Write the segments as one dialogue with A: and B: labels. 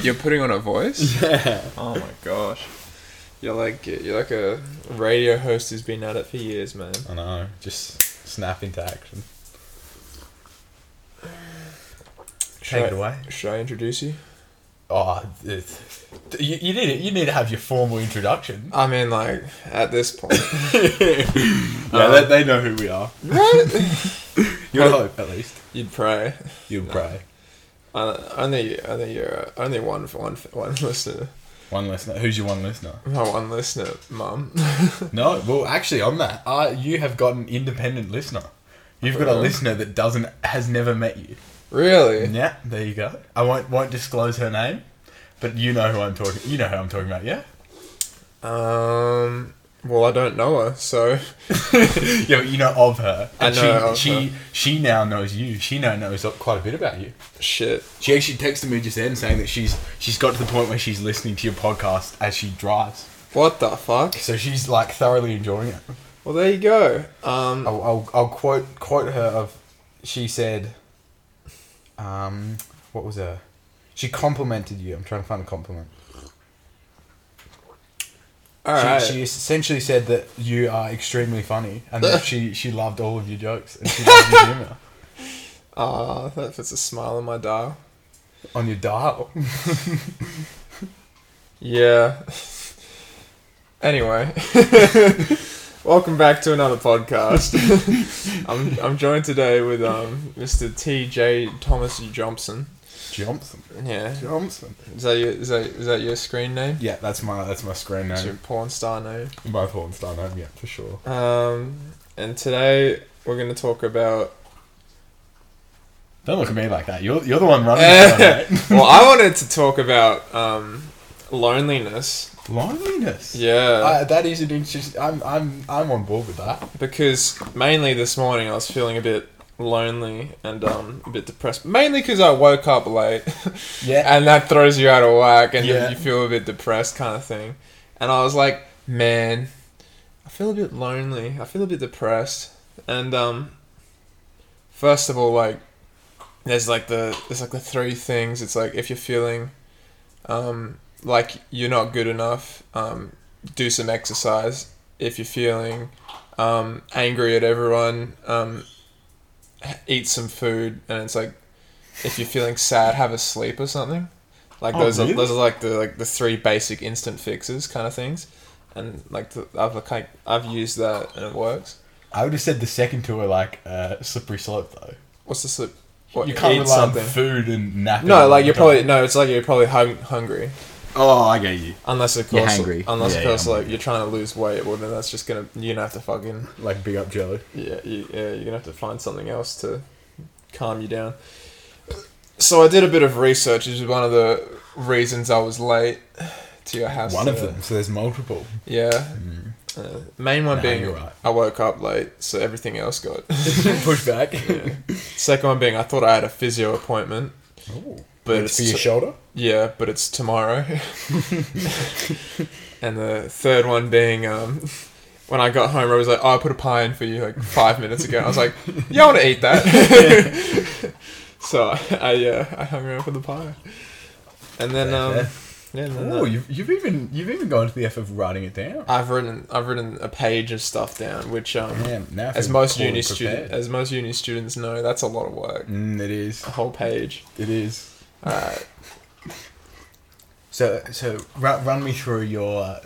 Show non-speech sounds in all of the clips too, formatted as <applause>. A: You're putting on a
B: <laughs>
A: voice?
B: Yeah.
A: Oh my gosh. You're like you're like a radio host who's been at it for years, man.
B: I know. Just snap into action.
A: Should
B: Take
A: I-
B: it away.
A: Should I introduce you?
B: Oh, it, you, you need you need to have your formal introduction.
A: I mean, like at this
B: <laughs>
A: point,
B: Yeah, they, they know who we <laughs> are. You would hope, at least.
A: you'd pray.
B: You pray.
A: Uh, only, only you're uh, only one for one one listener.
B: One listener. Who's your one listener?
A: My one listener, mum. <laughs>
B: No, well, actually, on that, uh, you have got an independent listener. You've got a
A: Really?
B: listener that doesn't has never met you.
A: really?
B: Yeah, there you go. I won't won't disclose her name, but you know who I'm talking. You know who I'm talking about, yeah.
A: Um. Well, I don't know her, so
B: <laughs> yeah, but you know of her.
A: I
B: And
A: know
B: she,
A: of
B: she,
A: her.
B: she now knows you. She now knows quite a bit about you.
A: shit.
B: She actually texted me just then saying that she's she's got to the point where she's listening to your podcast as she drives.
A: What the fuck?
B: So she's like thoroughly enjoying it.
A: Well, there you go. Um.
B: I'll, I'll, I'll quote quote her of she said, um, what was her? She complimented you. I'm trying to find a compliment.
A: All right.
B: Oh, She, she essentially said that you are extremely funny and <laughs> that she, she loved all of your jokes and she loved your humor
A: Ah, that puts a smile on my dial.
B: on your dial. <laughs>
A: Yeah. anyway, <laughs> welcome back to another podcast.
B: <laughs>
A: I'm I'm joined today with um Mr. T J Thomas Johnson.
B: Johnson.
A: Yeah.
B: Johnson.
A: Is that your is that, is that your screen name?
B: Yeah, that's my that's my screen
A: It's your
B: name.
A: porn star name.
B: My porn star name, yeah, for sure.
A: Um, and today we're gonna talk
B: <laughs>
A: about.
B: Don't look at me like that. You're, you're the one running. it, <laughs> mate.
A: <laughs> well, I wanted to talk about um, loneliness.
B: Loneliness.
A: Yeah,
B: I, Uh, that is an interesting. I'm I'm I'm on board with that.
A: because mainly this morning I was feeling a bit lonely and um, a bit depressed. Mainly because I woke up late,
B: Yeah.
A: and that throws you out of whack, and
B: Yeah.
A: then you feel a bit depressed, kind of thing. And I was like, man, I feel a bit lonely. I feel a bit depressed. And um, first of all, like, there's like the there's like the three things. It's like if you're feeling um, like you're not good enough, um, do some exercise. If you're feeling um, angry at everyone, um, h- eat some food. And it's like if you're feeling sad, have a sleep or something. Like
B: Oh,
A: those are
B: really?
A: those are like the like the three basic instant fixes kind of things. And like the, I've like, I've used that and it works.
B: I would have said the second two are like uh, slippery slope though.
A: What's the slip? What,
B: you can't
A: eat
B: rely
A: something.
B: on food and napping.
A: No,
B: all
A: like
B: the
A: you're
B: time.
A: probably no. It's like you're probably hung, hungry.
B: Oh, I get you.
A: Unless of
B: You're
A: course,
B: hungry.
A: unless
B: Yeah,
A: of
B: yeah,
A: course,
B: I'm
A: like you're trying to lose weight, well then that's just gonna you're gonna have to fucking
B: Like big up Jello.
A: yeah, you, yeah you're gonna have to find something else to calm you down. So I did a bit of research, which is one of the reasons I was late to your house.
B: One of
A: today.
B: them. So there's multiple. <laughs>
A: yeah. Uh, main one
B: Nah,
A: being
B: you're right.
A: I woke up late, so everything else got. <laughs>
B: Push back.
A: Second one being I thought I had a physio appointment,
B: <laughs> Ooh.
A: but it's
B: It's for your
A: t-
B: shoulder.
A: Yeah, but it's tomorrow.
B: <laughs>
A: and the third one being um, when I got home, I was like, oh, I put a pie in for you like five minutes ago. I was
B: <laughs>
A: like, yeah, I want to eat that. <laughs> so I, I, uh, I hung around for the pie. And then,
B: Fair,
A: um,
B: fair.
A: yeah, and then
B: Oh,
A: that-
B: you've, you've even you've even gone to the effort of writing it down.
A: I've written I've written a page of stuff down, which um,
B: Man, now I
A: as
B: feel
A: most
B: poorly
A: uni
B: prepared.
A: student, as most uni students know, that's a lot of work.
B: Mm, it is.
A: A whole page.
B: It is.
A: All right.
B: So so run, run me through your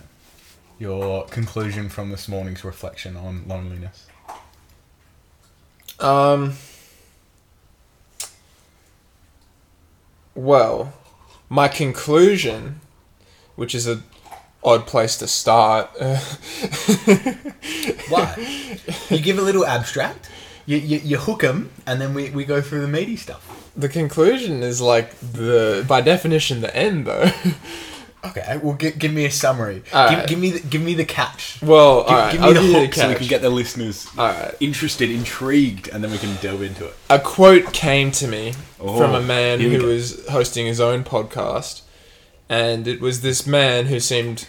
B: your conclusion from this morning's reflection on loneliness.
A: Um. Well, my conclusion, which is a odd place to start. <laughs>
B: Why? you give a little abstract. You, you, you hook them, and then we, we go through the meaty stuff.
A: the conclusion is like the by definition the end though. <laughs>
B: Okay, well, gi- give me a summary.
A: All
B: give,
A: right.
B: give me the, give me the catch.
A: well,
B: Give,
A: alright,
B: give me
A: I'll
B: the
A: you
B: hook so we
A: catch.
B: can get the listeners
A: Alright.
B: interested, intrigued, and then we can delve into it.
A: a quote came to me
B: Oh,
A: from a man
B: here we
A: who
B: go.
A: was hosting his own podcast, and it was this man who seemed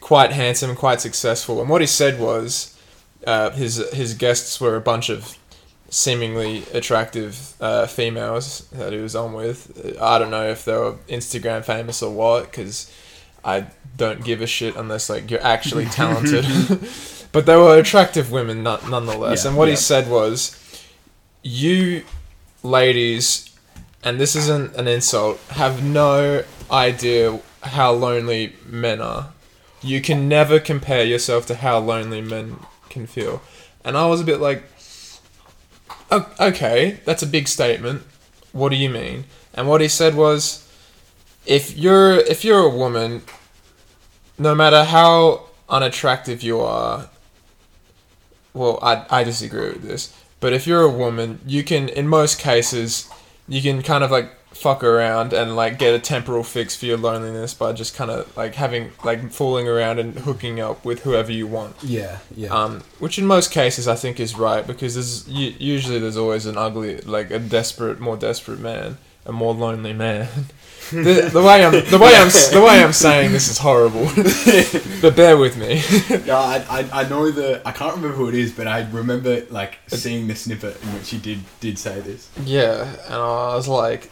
A: quite handsome, quite successful, and what he said was, uh, his his guests were a bunch of seemingly attractive uh, females that he was on with. I don't know if they were Instagram famous or what, because I don't give a shit unless like you're actually
B: <laughs>
A: talented. <laughs> but they were attractive women, not, nonetheless.
B: Yeah,
A: and what he
B: yeah.
A: said was, "You ladies, and this isn't an insult, have no idea how lonely men are. You can never compare yourself to how lonely men can feel." And I was a bit like, "O- okay, that's a big statement. What do you mean? And what he said was, if you're if you're a woman, no matter how unattractive you are, well, I, I disagree with this. But if you're a woman, you can in most cases, you can kind of like fuck around and like get a temporal fix for your loneliness by just kind of like having like fooling around and hooking up with whoever you want
C: Yeah, yeah.
A: um, which in most cases I think is right because there's u- usually there's always an ugly, like a desperate, more desperate man, a more lonely man. <laughs> the, the way I'm, the way I'm, s- the way I'm saying this is horrible, <laughs> but bear with me. <laughs>
B: No, I, I, I know the I can't remember who it is, but I remember like seeing the snippet in which he did did say this.
A: yeah, and I was like,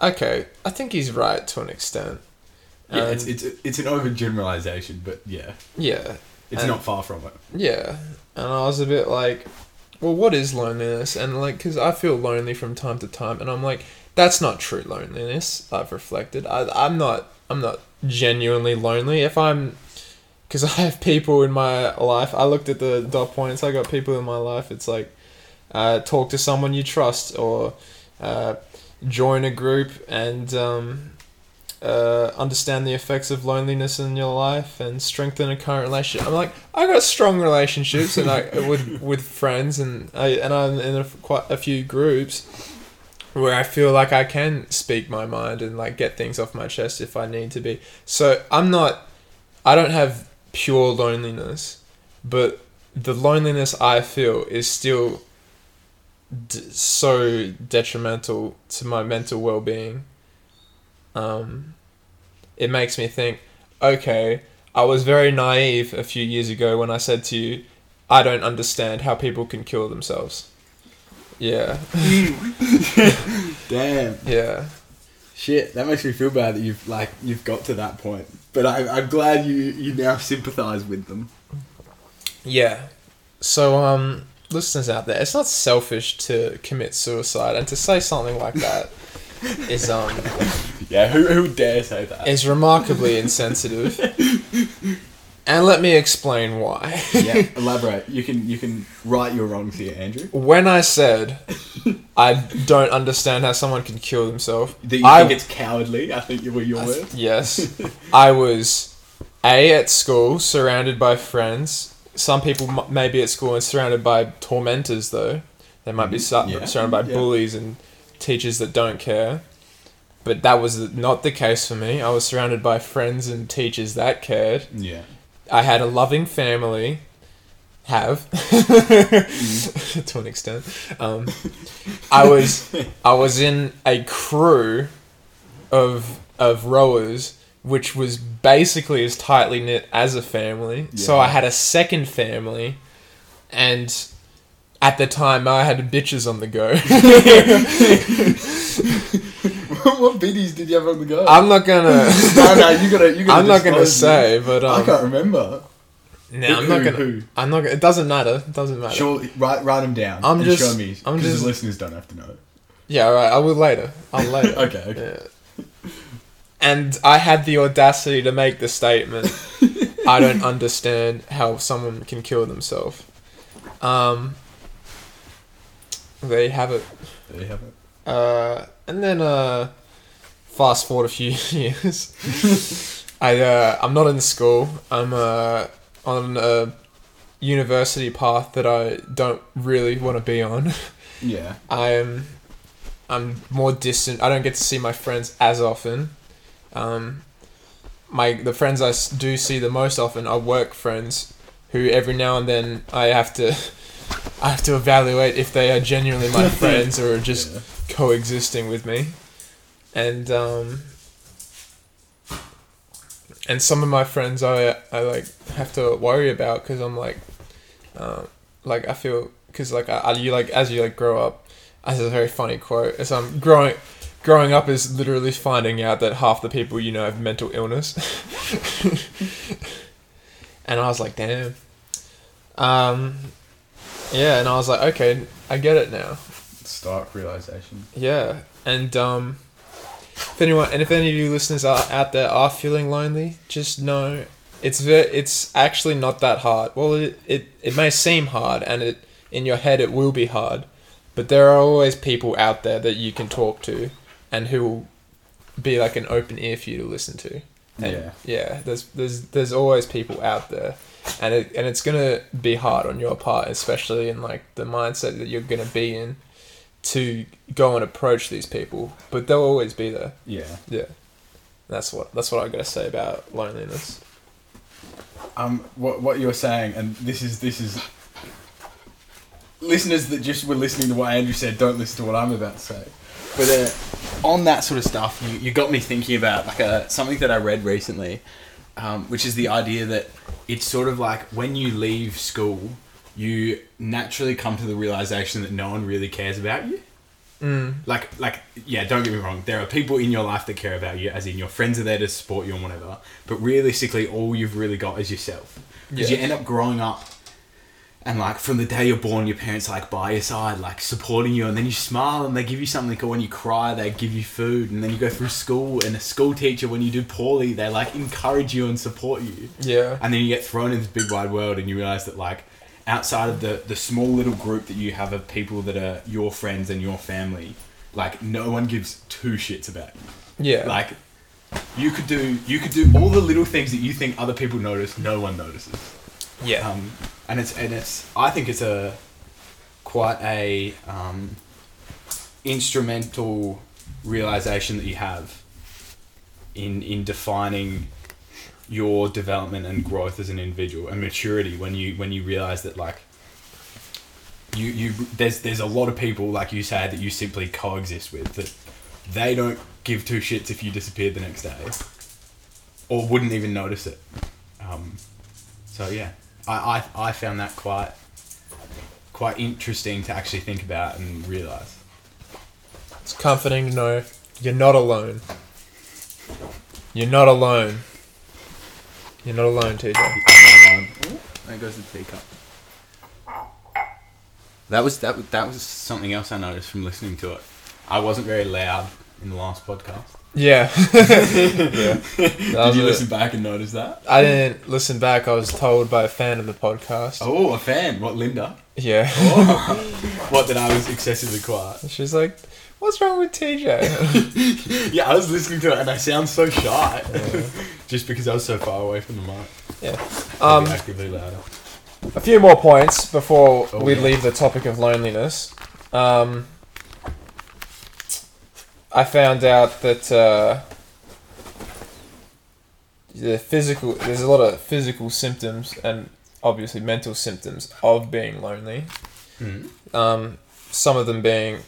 A: okay, I think he's right to an extent.
B: Yeah,
A: And-
B: it's, it's it's an overgeneralization, but yeah,
A: yeah,
B: it's
A: And-
B: not far from it. <laughs>
A: Yeah, and I was a bit like, well, what is loneliness? And like, because I feel lonely from time to time, and I'm like, that's not true loneliness. I've reflected. I, I'm not. I'm not genuinely lonely. If I'm, because <laughs> I have people in my life. I looked at the dot points. I got people in my life. It's like, uh, talk to someone you trust, or uh, join a group and. Um, uh, understand the effects of loneliness in your life and strengthen a current relationship. I'm like, I got strong relationships and I with with friends and I and I'm in a, quite a few groups where I feel like I can speak my mind and like get things off my chest if I need to be. So I'm not, I don't have pure loneliness, but the loneliness I feel is still d- so detrimental to my mental well being um, it makes me think, okay, I was very naive a few years ago when I said to you, I don't understand how people can kill themselves. Yeah,
B: Damn.
A: yeah.
B: Shit, that makes me feel bad that you've like you've got to that point. But I, I'm glad you you now sympathise with them.
A: Yeah. So, um, listeners out there, it's not selfish to commit suicide, and to say something like that is, um,
B: Yeah, who who would dare say
A: <laughs>
B: that?
A: is remarkably insensitive. And let me explain why.
B: yeah, elaborate. You can you can right your wrongs here, Andrew.
A: When I said I don't understand how someone can kill themselves,
B: That you
A: I-
B: think it's cowardly. I think were your words.
A: Yes.
B: <laughs>
A: I was A at school, surrounded by friends. Some people m- may be at school and surrounded by tormentors, though. They might be su-
B: Mm-hmm. yeah.
A: surrounded by
B: Yeah.
A: bullies and teachers that don't care. But that was not the case for me. I was surrounded by friends and teachers that cared.
B: Yeah. <laughs>
A: I had a loving family. Have <laughs>
B: Mm-hmm.
A: to an extent. Um, I was I was in a crew of of rowers, which was basically as tightly knit as a family. So
B: Yeah.
A: I had a second family, and at the time I had bitches on the go. <laughs>
B: what biddies did you have on the go?
A: I'm not
B: <laughs>
A: gonna.
B: no, no, you gotta. You gotta
A: I'm not gonna
B: disclose
A: say,
B: them.
A: but
B: I
A: um,
B: can't remember.
A: no, I'm not
B: Who-
A: gonna.
B: who?
A: I'm not. Gonna, it doesn't matter. It doesn't matter.
B: Sure, write write them down.
A: I'm
B: and
A: just-
B: show me.
A: I'm
B: 'cause
A: just-
B: the listeners don't have to know. <laughs>
A: Yeah, alright, I will later. I'll later.
B: Okay, <laughs> okay.
A: Yeah. And I had the audacity to make the statement I don't understand how someone can kill themselves. Um, there you have it.
B: There you have it.
A: Uh, and then uh, fast forward a few <laughs> years. I uh, I'm not in school. I'm uh, on a university path that I don't really want to be on.
B: Yeah.
A: I'm I'm more distant. I don't get to see my friends as often. Um, my the friends I s- do see the most often are work friends, who every now and then I have to <laughs> I have to evaluate if they are genuinely my friends or are just
B: Yeah.
A: coexisting with me, and um, and some of my friends I I um, like have to worry about because I'm like, uh, like I feel because like I, I- you like as you like grow up. That's a very funny quote. It's um growing. Growing up is literally finding out that half the people you know have mental illness. <laughs> and I was like, damn. Um, yeah, and I was like, okay, I get it now.
B: Stark realization.
A: Yeah, and um, if anyone and if any of you listeners are out there are feeling lonely, just know it's ve- it's actually not that hard. Well, it, it it may seem hard, and it in your head it will be hard, but there are always people out there that you can talk to, and who will be like an open ear for you to listen to. And
B: Yeah.
A: yeah, there's there's there's always people out there, and it and it's gonna be hard on your part, especially in like the mindset that you're gonna be in, to go and approach these people. But they'll always be there.
B: Yeah.
A: Yeah, that's what that's what I gotta say about loneliness.
B: um, what what you're saying, and this is this is listeners that just were listening to what Andrew said. Don't listen to what I'm about to say. But uh, on that sort of stuff, you, you got me thinking about like a, something that I read recently, um, which is the idea that it's sort of like when you leave school, you naturally come to the realization that no one really cares about you like like yeah don't get me wrong there are people in your life that care about you as in your friends are there to support you and whatever but realistically all you've really got is yourself because
A: Yeah.
B: you end up growing up and like from the day you're born your parents like by your side like supporting you and then you smile and they give you something or when you cry they give you food and then you go through school and a school teacher when you do poorly they like encourage you and support you
A: Yeah,
B: and then you get thrown in this big wide world and you realize that like outside of the the small little group that you have of people that are your friends and your family like no one gives two shits about you
A: yeah,
B: like you could do you could do all the little things that you think other people notice no one notices
A: yeah,
B: um, and it's and it's I think it's a quite a um, instrumental realization that you have in in defining your development and growth as an individual and maturity when you when you realize that like you you there's there's a lot of people like you say that you simply coexist with that they don't give two shits if you disappeared the next day or wouldn't even notice it um, so yeah, I, I, I found that quite quite interesting to actually think about and realize.
A: it's comforting to know you're not alone. You're not alone. You're not alone, TJ.
B: There goes the teacup. That was that was- that was something else I noticed from listening to it. I wasn't very loud in the last podcast.
A: Yeah.
B: <laughs> Did
A: was
B: you
A: it.
B: listen back and notice that?
A: I didn't listen back. I was told by a fan of the podcast.
B: Oh, a fan. What Linda?
A: Yeah.
B: What that I was excessively quiet.
A: <laughs>
B: <laughs>
A: She's like, what's wrong with TJ?
B: Yeah, I was listening to it and I sound so shy, <laughs> just because I was so far away from the mic.
A: <laughs> yeah.
B: Um,
A: Um,
B: actively louder.
A: a few more points before
B: Oh,
A: we
B: yeah.
A: leave the topic of loneliness. Um, I found out that uh, the physical there's a lot of physical symptoms and obviously mental symptoms of being lonely.
B: Hmm.
A: Um, some of them being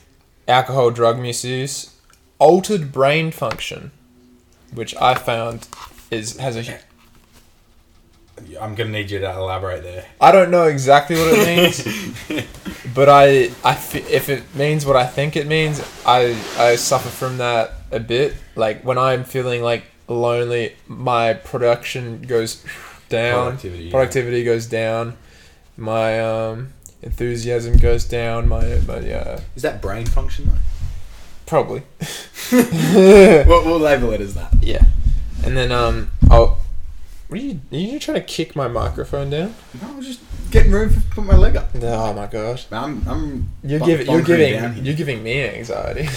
A: alcohol, drug misuse, altered brain function, which I found is has a. hu-
B: I'm gonna need you to elaborate there.
A: I don't know exactly what
B: <laughs>
A: it means, but I, I f- if it means what I think it means, I I suffer from that a bit. Like when I'm feeling like lonely, my production goes down.
B: Productivity, yeah.
A: productivity goes down. My um, enthusiasm goes down. My my uh,
B: Is that brain function though?
A: probably.
B: We'll, we'll label it as that.
A: Yeah. And then um oh what are you are you trying to kick my microphone down?
B: No, I'm just getting room for put my leg up.
A: Oh my god.
B: I'm, I'm
A: You're
B: bon-
A: giving you're
B: bonkering down
A: giving
B: here.
A: you're giving me
B: <laughs>
A: anxiety.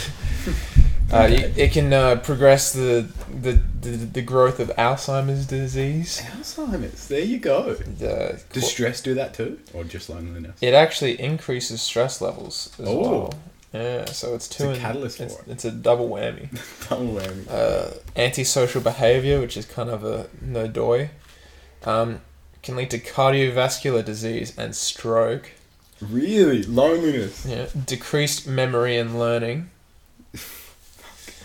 A: Uh, you, it can uh, progress the, the, the, the growth of Alzheimer's disease.
B: Alzheimer's. There you go.
A: The,
B: Does stress do that too, or just loneliness?
A: it actually increases stress levels as
B: Oh.
A: well. Yeah, so it's two
B: a
A: in-
B: catalyst
A: it's,
B: for it.
A: it's a double whammy.
B: <laughs> Don't worry.
A: uh, antisocial behavior, which is kind of a no doy, um, can lead to cardiovascular disease and stroke.
B: Really, loneliness. <laughs>
A: Yeah, decreased memory and learning,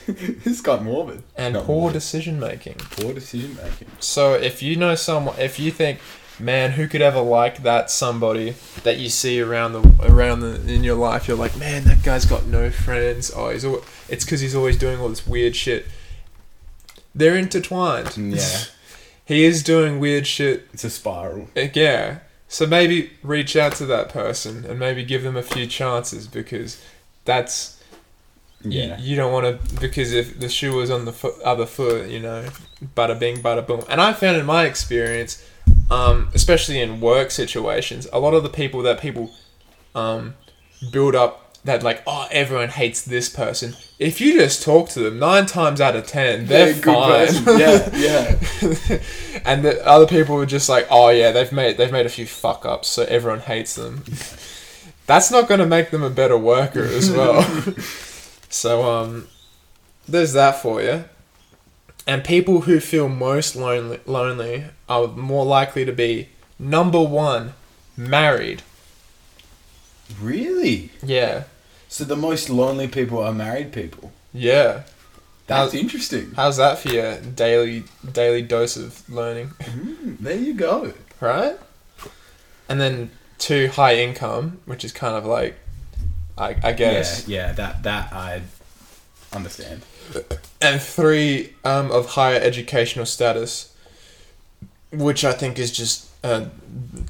B: this got morbid.
A: and
B: Not
A: poor
B: morbid.
A: decision making.
B: poor decision making.
A: So if you know someone, if you think man, who could ever like that somebody that you see around the around the, in your life? You're like, man, that guy's got no friends. Oh, he's al- it's because he's always doing all this weird shit. They're intertwined. <laughs>
C: Yeah.
A: he is doing weird shit.
B: It's a spiral.
A: eh, Yeah. So maybe reach out to that person and maybe give them a few chances because that's you-
B: Yeah.
A: You, don't want to because if the shoe was on the fo- other foot, you know, bada bing, bada boom. And I found in my experience, um, especially in work situations, a lot of the people that people um, build up that like, oh, everyone hates this person. If you just talk to them, nine times out of ten, they're,
B: good
A: fine. <laughs>
B: person. Yeah, yeah.
A: and the other people were just like, oh yeah, they've made they've made a few fuck ups, so everyone hates them. That's not going to make them a better worker as well. so um, there's that for you. And people who feel most lonely lonely are more likely to be number one, married.
B: Really?
A: Yeah,
B: So the most lonely people are married people.
A: yeah.
B: That's
A: Now-
B: interesting.
A: How's that for your daily daily dose of learning?
B: Mm, there you go.
A: right? And then two high income, which is kind of like, I, I guess,
B: Yeah, yeah, that that I understand.
A: and three um, of higher educational status, which I think is just uh,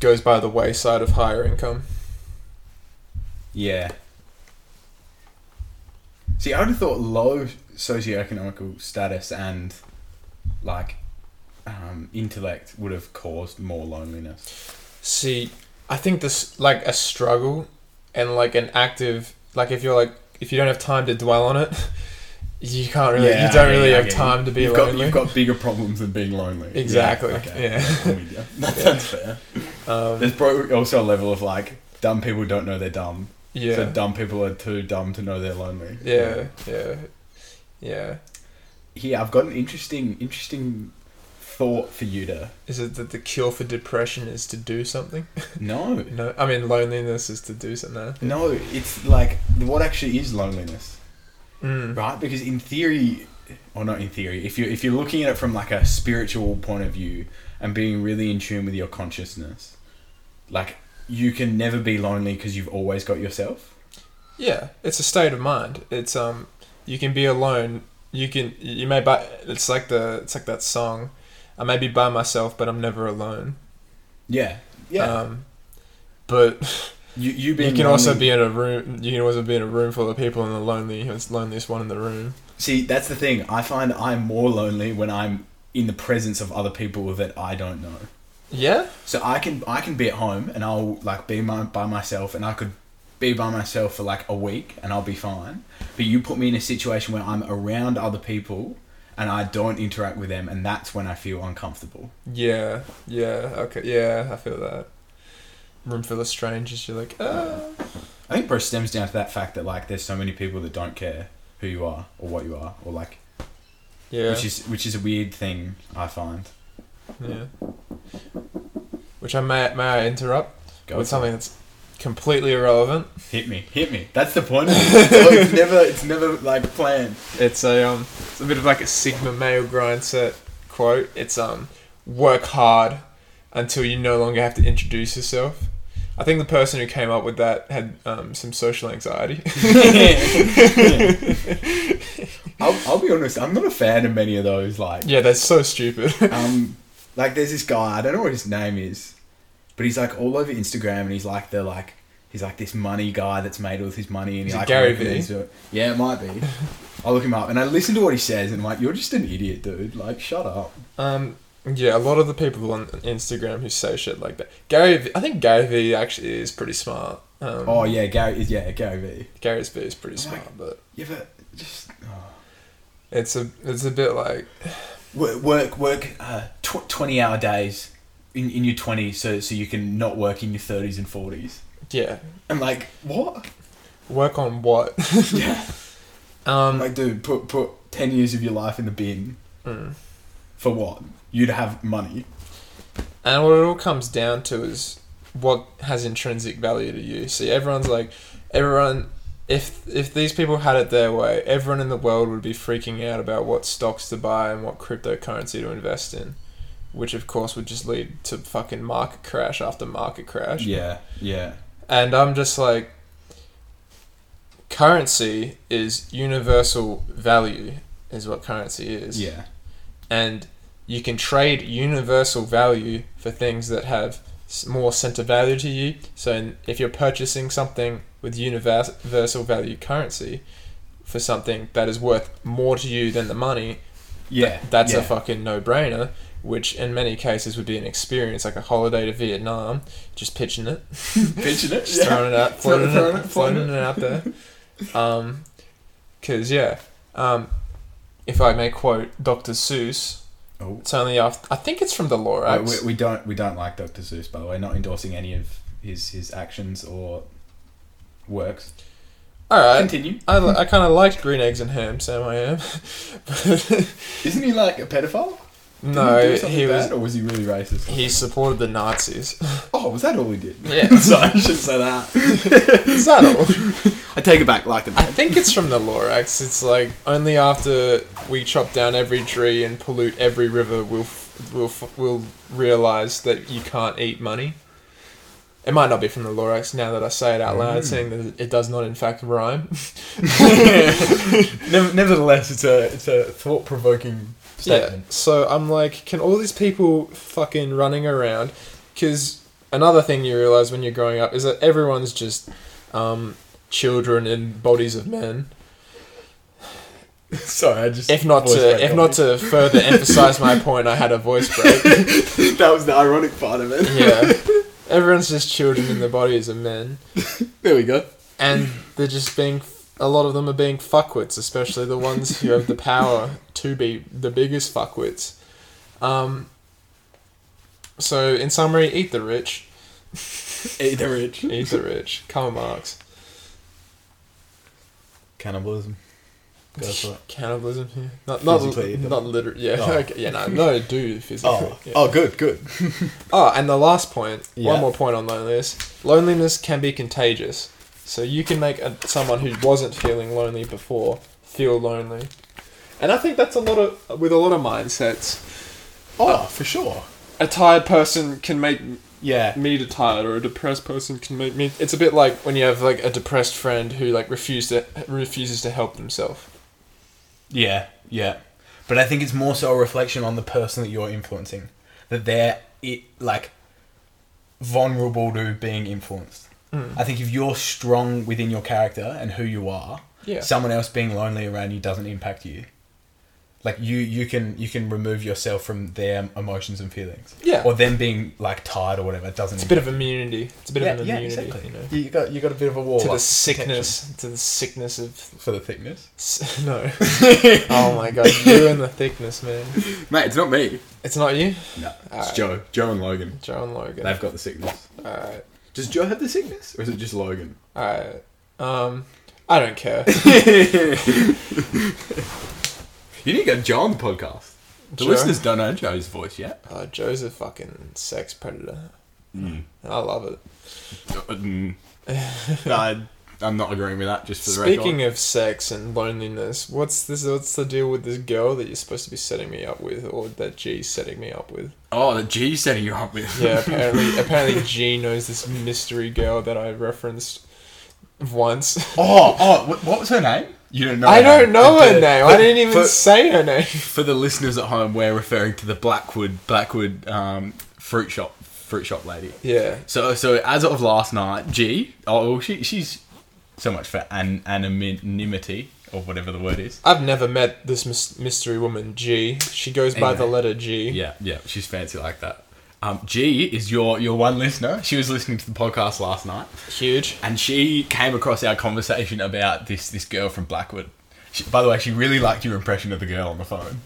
A: goes by the wayside of higher income.
B: Yeah. See, I would have thought low socioeconomical status and like um, intellect would have caused more loneliness.
A: See, I think this like a struggle, and like an active like if you're like if you don't have time to dwell on it, <laughs> you can't really you don't
B: I
A: really
B: get
A: have
B: you.
A: time to be
B: you've
A: lonely.
B: Got, you've got bigger problems than being lonely.
A: <laughs> Exactly,
B: Yeah.
A: yeah.
B: I'm with you. <laughs> That's fair. <laughs>
A: um,
B: There's probably also a level of like dumb people don't know they're dumb.
A: yeah,
B: So dumb people are too dumb to know they're lonely.
A: yeah, yeah, yeah.
B: Here, I've got an interesting, interesting thought for you to.
A: Is it that the cure for depression is to do something?
B: No,
A: No, I mean loneliness is to do something.
B: no, it's like what actually is loneliness,
A: Mm.
B: right? Because in theory, or not in theory, if you if you're looking at it from like a spiritual point of view and being really in tune with your consciousness, like you can never be lonely because you've always got yourself.
A: Yeah, it's a state of mind. It's um, you can be alone. You can you may by it's like the it's like that song. I may be by myself, but I'm never alone.
B: Yeah, yeah.
A: Um, but
B: you you,
A: you
B: being
A: can also
B: lonely-
A: be in a room. You can also be in a room full of people and the lonely. It's the loneliest one in the room.
B: See, that's the thing. I find I'm more lonely when I'm in the presence of other people that I don't know.
A: Yeah.
B: So I can I can be at home and I'll like be my, by myself and I could be by myself for like a week and I'll be fine. But you put me in a situation where I'm around other people and I don't interact with them and that's when I feel uncomfortable.
A: Yeah. Yeah. Okay. Yeah. I feel that. Room full of strangers. You're like, ah.
B: I think it probably stems down to that fact that like there's so many people that don't care who you are or what you are or like
A: Yeah.
B: which is which is a weird thing I find.
A: Yeah. Which I may may I interrupt
B: Go
A: with
B: for it.
A: something that's completely irrelevant.
B: Hit me, hit me. That's the point. of it. So it's never it's never like planned.
A: It's a um, it's a bit of like a Sigma male grind set quote. It's um, work hard until you no longer have to introduce yourself. I think the person who came up with that had um, some social anxiety. <laughs>
B: I'll, I'll be honest, I'm not a fan of many of those like
A: yeah, that's so stupid. <laughs>
B: um, like there's this guy I don't know what his name is, but he's like all over Instagram and he's like the like he's like this money guy that's made all of his money and
A: Is
B: he
A: it
B: like
A: Gary
B: recommends
A: Vee?
B: it. Yeah, it might be. I look him up and I listen to what he says and I'm like you're just an idiot, dude. Like shut up.
A: Um, yeah, a lot of the people on Instagram who say shit like that. Gary, v- I think Gary Vee actually is pretty smart. Um,
B: Oh yeah, Gary is yeah Gary Vee.
A: Gary's Vee is pretty
B: I'm
A: smart,
B: like-
A: but
B: Yeah, but just oh.
A: it's a it's a bit like
B: work work work uh, tw- twenty hour days in, in your twenties so so you can not work in your thirties and forties.
A: yeah,
B: I'm like <laughs> what?
A: work on what?
B: yeah. I'm
A: Um,
B: like dude, put put ten years of your life in the bin.
A: mm.
B: For what? You'd have money.
A: and what it all comes down to is what has intrinsic value to you. See, everyone's like, everyone. If if these people had it their way, everyone in the world would be freaking out about what stocks to buy and what cryptocurrency to invest in. which of course would just lead to fucking market crash after market crash.
B: Yeah, yeah,
A: And I'm just like, currency is universal value, is what currency is.
B: yeah,
A: And you can trade universal value for things that have s- more center value to you. So in- if you're purchasing something with univers- universal value currency for something that is worth more to you than the money,
B: yeah.
A: that's a
B: yeah.
A: fucking no-brainer which in many cases would be an experience like a holiday to vietnam just pitching it
B: <laughs> pitching
A: <laughs>
B: it.
A: just throwing it out floating it,
B: Throwing it,
A: floating
B: floating
A: it out there um because yeah um if i may quote dr seuss
B: <laughs> Oh.
A: it's only after i think it's from the
B: Wait,
A: lorax
B: we, we don't we don't like Dr. Seuss, by the way. Not endorsing any of his his actions or works.
A: all right
B: Continue.
A: I, li- I kind of liked green eggs and ham sam i am <laughs> But-
B: Isn't he like a pedophile? Did
A: no
B: he, do something
A: he
B: bad,
A: was
B: or was he really racist?
A: he supported the nazis <laughs>
B: Oh, was that all we did?
A: Yeah.
B: <laughs> Sorry, I shouldn't say that.
A: is that all
B: I take it back. Like the
A: I think it's from the Lorax. It's like only after we chop down every tree and pollute every river, we'll f- we'll f- we'll realize that you can't eat money. It might not be from the Lorax now that I say it out
B: Mm.
A: loud, seeing that it does not in fact rhyme. <laughs>
C: Never, nevertheless, it's a it's a thought provoking
A: Yeah.
C: statement. <laughs>
A: So I'm like, can all these people fucking running around? Because another thing you realize when you're growing up is that everyone's just um, children in bodies of men.
C: Sorry, I just
A: If not
C: voice
A: to
C: break
A: if
C: on
A: not
C: me.
A: to further
C: <laughs>
A: emphasize my point, I had a voice break.
B: that was the ironic part of it.
A: Yeah. Everyone's just children in the bodies of men.
B: <laughs> There we go.
A: And they're just being. A lot of them are being fuckwits, especially the ones who have the power to be the biggest fuckwits. Um, so, in summary, eat the rich.
B: Eat the rich.
A: Eat the rich. Karl Marx.
C: cannibalism. Go for it.
A: Cannibalism here. Not, not,
C: Physically eat them.
A: not literal. Yeah,
C: Oh.
A: okay. Yeah, no, no, do physically.
C: Oh, <laughs>
A: yeah.
C: oh, good, good.
A: Oh, and the last point,
C: Yeah.
A: one more point on loneliness. Loneliness can be contagious. So you can make a, someone who wasn't feeling lonely before feel lonely. And I think that's a lot of with a lot of mindsets.
C: Oh, for sure.
A: A tired person can make m-
C: Yeah,
A: me to tired or a depressed person can make me It's a bit like when you have like a depressed friend who like refuses to refuses to help themselves.
C: yeah, yeah. But I think it's more so a reflection on the person that you're influencing, that they're it, like vulnerable to being influenced.
A: Hmm.
C: I think if you're strong within your character and who you are,
A: Yeah.
C: someone else being lonely around you doesn't impact you. Like you, you can you can remove yourself from their emotions and feelings.
A: Yeah.
C: Or them being like tired or whatever. It doesn't.
A: It's a bit of immunity. It's a bit
C: yeah,
A: of an
C: yeah,
A: immunity,
C: exactly.
A: you know.
C: You- you got you got a bit of a wall
A: To the
C: like,
A: sickness, to the sickness of
C: protection for the thickness.
A: S- <laughs>
C: <laughs>
A: No. oh my god, you in the thickness, man.
B: Mate, it's not me.
A: It's not you?
B: No, it's
A: Alright.
B: Joe. Joe and Logan.
A: Joe and Logan.
B: They've got the sickness.
A: Alright.
B: Does Joe have the sickness, or is it just
C: <laughs>
B: Logan?
A: Alright. Um, I don't
B: <laughs>
A: care.
B: You need to get Joe on the podcast. The
A: Joe?
B: listeners don't know Joe's voice yet.
A: Uh, Joe's a fucking sex predator.
B: Hmm.
A: And I love it.
B: Mm. I, I'm not agreeing with that. Just for the record.
A: Speaking of sex and loneliness, what's this? What's the deal with this girl that you're supposed to be setting me up with, or that G's setting me up with?
B: Oh, the G setting you up with. <laughs>
A: Yeah, apparently, apparently G knows this mystery girl that I referenced once.
C: Oh, oh, wh- what was her name?
B: You don't know.
A: I don't know her
C: but-
A: name. I
C: but-
A: didn't even
C: but-
A: say her name.
B: For the listeners at home, we're referring to the Blackwood Blackwood um, fruit shop fruit shop lady.
A: Yeah.
B: So so as of last night, G. Oh, she she's so much for an anonymity or whatever the word is.
A: I've never met this mys- mystery woman G. She goes by the
B: Anyway.
A: letter G.
B: Yeah, yeah, she's fancy like that. Um, G is your your one listener. She was listening to the podcast last night,
A: Huge.
B: and she came across our conversation about this this girl from Blackwood. She, by the way, she really liked your impression of the girl on
A: <laughs>
B: the phone.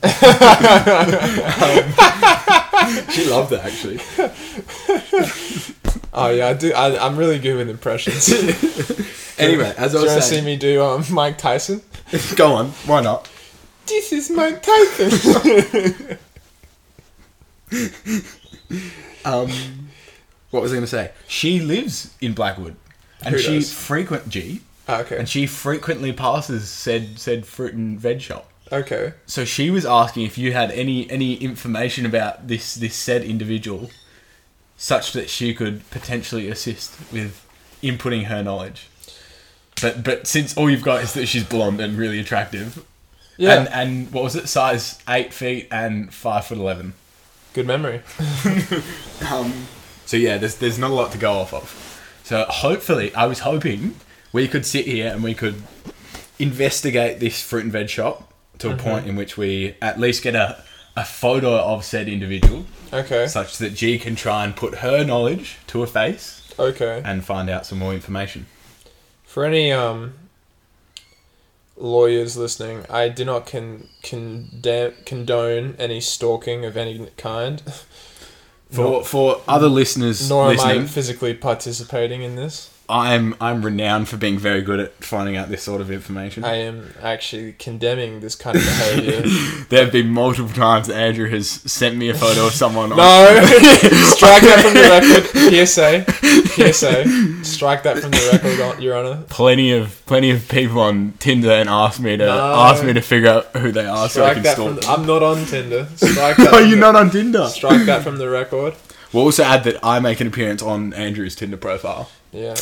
B: Um, she loved it actually.
A: Oh yeah, I do. I, I'm really good with impressions. do you
B: <laughs> Anyway, as I
A: want to
B: was
A: see
B: saying,
A: me do um, Mike Tyson?
B: <laughs> go on, why not?
A: This is Mike
B: <laughs>
A: Tyson.
B: Um, what was I going to say? She lives in Blackwood, and
A: Who
B: she
A: does?
B: frequent G,
A: okay.
B: and she frequently passes said said fruit and veg shop.
A: Okay.
B: So she was asking if you had any any information about this this said individual, such that she could potentially assist with inputting her knowledge. But but since all you've got is that she's blonde and really attractive,
A: Yeah.
B: and and what was it, size eight feet and five foot eleven.
A: Good memory.
B: Um, so yeah, there's there's not a lot to go off of. So hopefully, I was hoping we could sit here and we could investigate this fruit and veg shop to
A: Uh-huh.
B: a point in which we at least get a, a photo of said individual,
A: Okay.
B: such that G can try and put her knowledge to a face
A: Okay.
B: and find out some more information.
A: For any um lawyers listening, I do not con- condemn condone any stalking of any kind. <laughs>
B: For for other listeners
A: Nor am I
B: listening,
A: physically participating in this.
B: I'm I'm renowned for being very good at finding out this sort of information.
A: I am actually condemning this kind of
B: <laughs>
A: behavior.
B: there have been multiple times that Andrew has sent me a photo of someone.
A: <laughs>
B: on-
A: no, strike that from the record. PSA, PSA, strike that from the record, Hon- Your Honor.
B: plenty of plenty of people on Tinder and asked me to
A: No.
B: ask me to figure out who they are so I
A: Strike
B: can
A: that
B: stalk
A: from. The,
B: them.
A: I'm not on
B: <laughs>
A: Tinder. Strike that.
B: No,
A: from
B: you're
A: the-
B: not on Tinder.
A: Strike that from the record.
B: We'll also add that I make an appearance on Andrew's Tinder profile.
A: Yeah.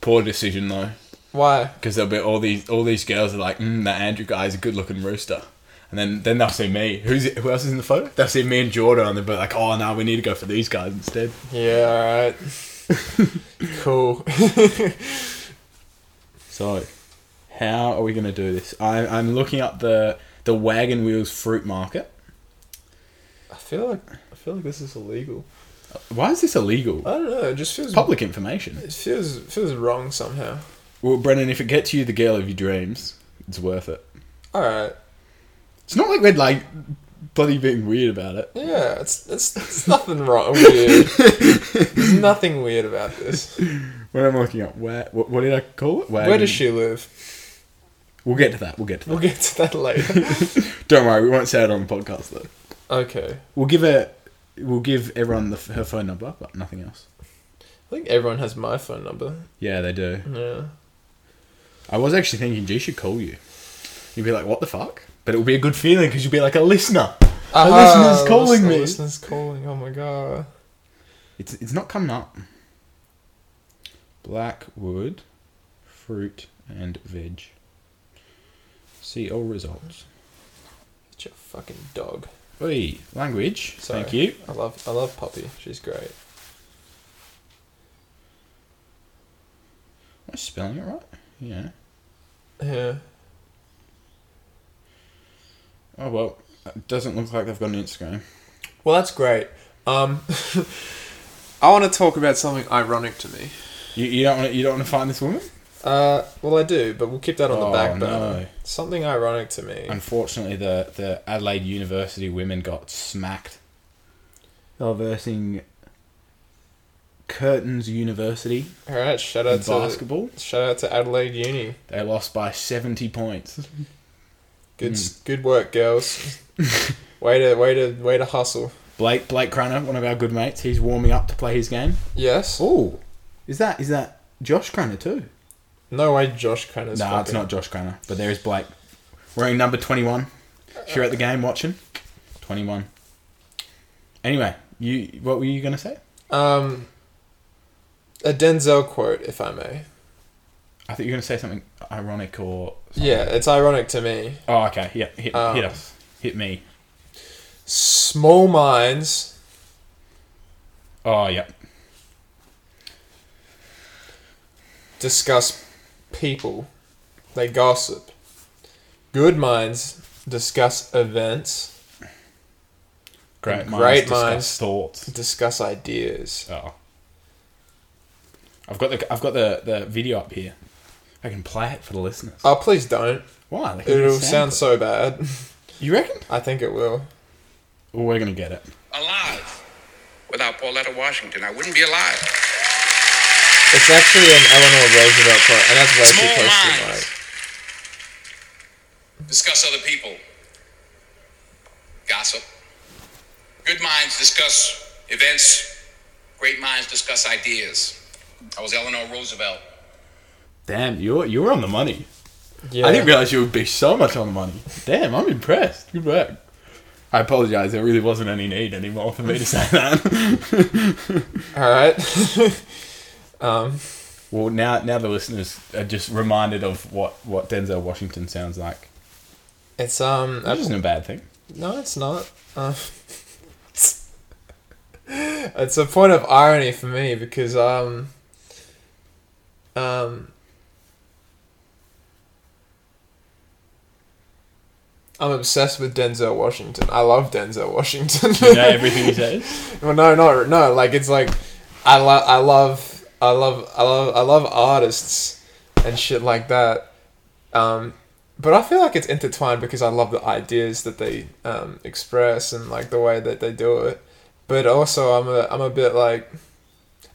B: Poor decision though,
A: Why?
B: because there'll be all these all these girls are like, mm, that Andrew guy's a good looking rooster. And then, then they'll see me. Who's it, who else is in the photo? They'll see me and Jordan, and they'll be like, "Oh no, we need to go for these guys instead."
A: Yeah.
B: <laughs>
A: All right. cool.
B: So, how are we going to do this? I, I'm looking up the the Wagon Wheels Fruit Market.
A: I feel like I feel like this is illegal.
B: Why is this illegal?
A: I don't know. It just feels
B: Public information.
A: It feels feels wrong somehow.
B: Well, Brennan, if it gets you the girl of your dreams, it's worth it.
A: All right.
B: It's not like we're like bloody being weird about it.
A: Yeah. It's it's, it's nothing wrong. Weird. There's nothing weird about this.
B: What am I looking up? Where? What, what did I call it?
A: Where does she live?
B: We'll get to that. We'll get to that.
A: We'll get to that later.
B: Don't worry, we won't say it on the podcast though.
A: Okay.
B: We'll give her. We'll give everyone the, her phone number, but nothing else.
A: I think everyone has my phone number.
B: Yeah, they do.
A: Yeah.
B: I was actually thinking G should call you. You'd be like, "What the fuck?" But it would be a good feeling because you'd be like a listener.
A: Aha,
B: listener's
A: the
B: calling
A: listen-
B: me.
A: The listener's calling. Oh my god.
B: It's it's not coming up. Blackwood, fruit and veg. See all results.
A: It's your fucking dog.
B: Oi, language.
A: Sorry.
B: Thank you.
A: I love I love Poppy. She's great.
B: Am I spelling it right? Yeah.
A: Yeah.
B: Oh well, it doesn't look like they've got an Instagram.
A: Well, that's great. Um, <laughs> I want to talk about something ironic to me.
B: You, you don't want to, you don't want to find this woman.
A: Uh, well, I do, but we'll keep that on
B: Oh,
A: the back
B: no.
A: burner. Something ironic to me.
B: Unfortunately, the the Adelaide University women got smacked. They were versing Curtains University
A: All right, shout
B: in
A: out to
B: basketball.
A: shout out to Adelaide Uni.
B: They lost by seventy points. Hmm.
A: Good, s good work,
B: <laughs>
A: girls. way to way to way to hustle.
B: Blake Blake Craner, one of our good mates, he's warming up to play his game.
A: Yes.
B: Oh, is that is that Josh Craner too?
A: No way, Josh Crenna's.
B: No, it's not Josh Craner, but there is Blake wearing number twenty one. If you're at the game watching, twenty one. Anyway, you what were you gonna say?
A: Um, a Denzel quote, if I may.
B: I think you were gonna say something ironic or something.
A: Yeah, it's ironic to me.
B: Oh, okay. Yeah, hit,
A: Um,
B: hit us, hit me.
A: Small minds
B: Oh, yeah.
A: discuss people. They gossip. Good minds discuss events.
B: Great, minds
A: Great
B: discuss
A: minds.
B: thoughts.
A: discuss ideas.
B: Oh, I've got the I've got the the video up here. I can play it for the listeners.
A: Oh, please don't.
B: Why? They can
A: It'll
B: sound
A: sound so bad.
B: You reckon?
A: I think it will.
B: Well, we're gonna get it.
D: alive without Pauletta Washington. I wouldn't be alive.
A: It's actually an Eleanor Roosevelt quote, and that's way too
D: Small
A: close to
D: minds.
A: like.
D: Discuss other people. Gossip. Good minds discuss events. Great minds discuss ideas. I was Eleanor Roosevelt.
B: Damn, you're you're on the money.
A: Yeah.
B: I didn't realize you would be so much on the money. Damn, I'm impressed. Good work. I apologize. There really wasn't any need anymore for me to say that. <laughs>
A: All right. <laughs> um,
B: well, now now the listeners are just reminded of what what Denzel Washington sounds like.
A: it's um.
B: That isn't a bad thing.
A: No, it's not. Uh, <laughs> it's a point of irony for me because um, um, I'm obsessed with Denzel Washington. I love Denzel Washington. <laughs>
B: You know everything he <laughs> says.
A: Well, no, no, no. Like it's like I love, I love, I love, I love, I love artists and shit like that. Um, but I feel like it's intertwined because I love the ideas that they um, express and like the way that they do it. But also, I'm a, I'm a bit like.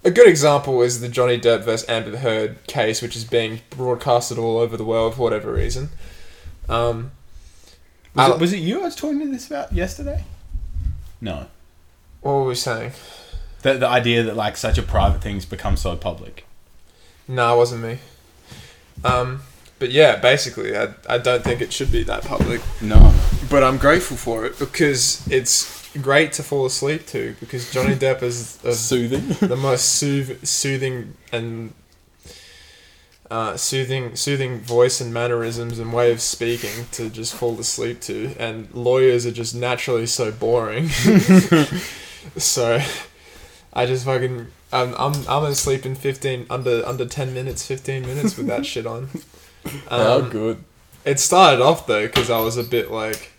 A: A good example is the Johnny Depp versus Amber Heard case, which is being broadcasted all over the world for whatever reason. Um,
B: Was,
A: I-
B: it, was it you I was talking to this about yesterday? No.
A: what were we saying?
B: The, the idea that like such a private thing's become so public.
A: No, it wasn't me. Um, but yeah, basically, I, I don't think it should be that public.
B: No.
A: But I'm grateful for it because it's great to fall asleep to because Johnny Depp is a, <laughs>
B: Soothing.
A: the most sooth- soothing and uh, soothing soothing voice and mannerisms and way of speaking to just fall asleep to. And lawyers are just naturally so boring. so I just fucking. I'm, I'm, I'm asleep in 15 under under 10 minutes 15 minutes with that shit on Um,
B: oh, good.
A: it started off though because I was a bit like,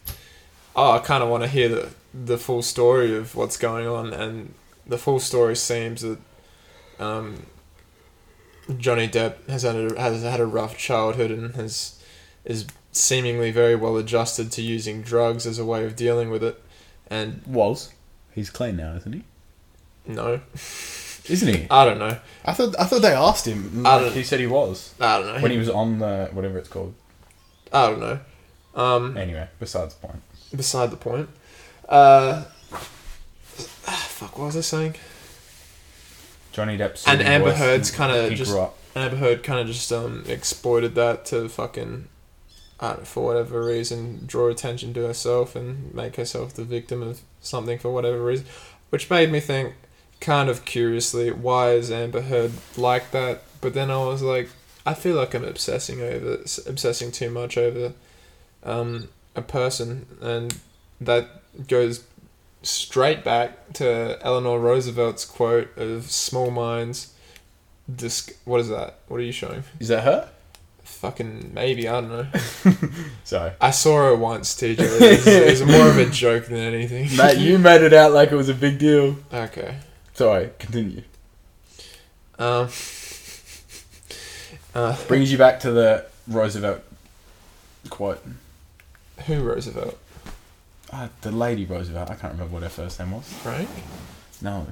A: oh, I kind of want to hear the the full story of what's going on, and the full story seems that um, Johnny Depp has had a, has had a rough childhood and has is seemingly very well adjusted to using drugs as a way of dealing with it, and
B: Was. He's clean now, isn't he?
A: no,
B: Isn't he? Uh,
A: I don't know,
B: I thought I thought they asked him.
A: I
B: Like,
A: don't-
B: he said he was
A: I don't know,
B: when he was on the whatever it's called.
A: I don't know. Um,
B: Anyway, besides the point.
A: beside the point. Uh, <sighs> ah, fuck, what was I saying?
B: Johnny Depp's
A: And
B: soothing
A: Amber
B: voice,
A: Heard's
B: he-
A: kinda
B: he
A: just-
B: grew up.
A: Amber Heard kind of just um, exploited that to fucking, I don't know, for whatever reason, draw attention to herself and make herself the victim of something for whatever reason. Which made me think, kind of curiously, why is Amber Heard like that? But then I was like, I feel like I'm obsessing over, obsessing too much over um, a person, and that goes straight back to Eleanor Roosevelt's quote of "small minds." Disc- what is that? What are you showing?
B: Is that her?
A: Fucking maybe I don't know.
B: <laughs> Sorry.
A: I saw her once, TJ. It was, it was more of a joke than anything.
B: Matt, you made it out like it was a big deal.
A: <laughs> Okay.
B: Sorry, continue. <laughs>
A: Um. Uh,
B: Brings you back to the Roosevelt quote.
A: who Roosevelt?
B: Uh, the lady Roosevelt. I can't remember what her first name was.
A: Frank?
B: No.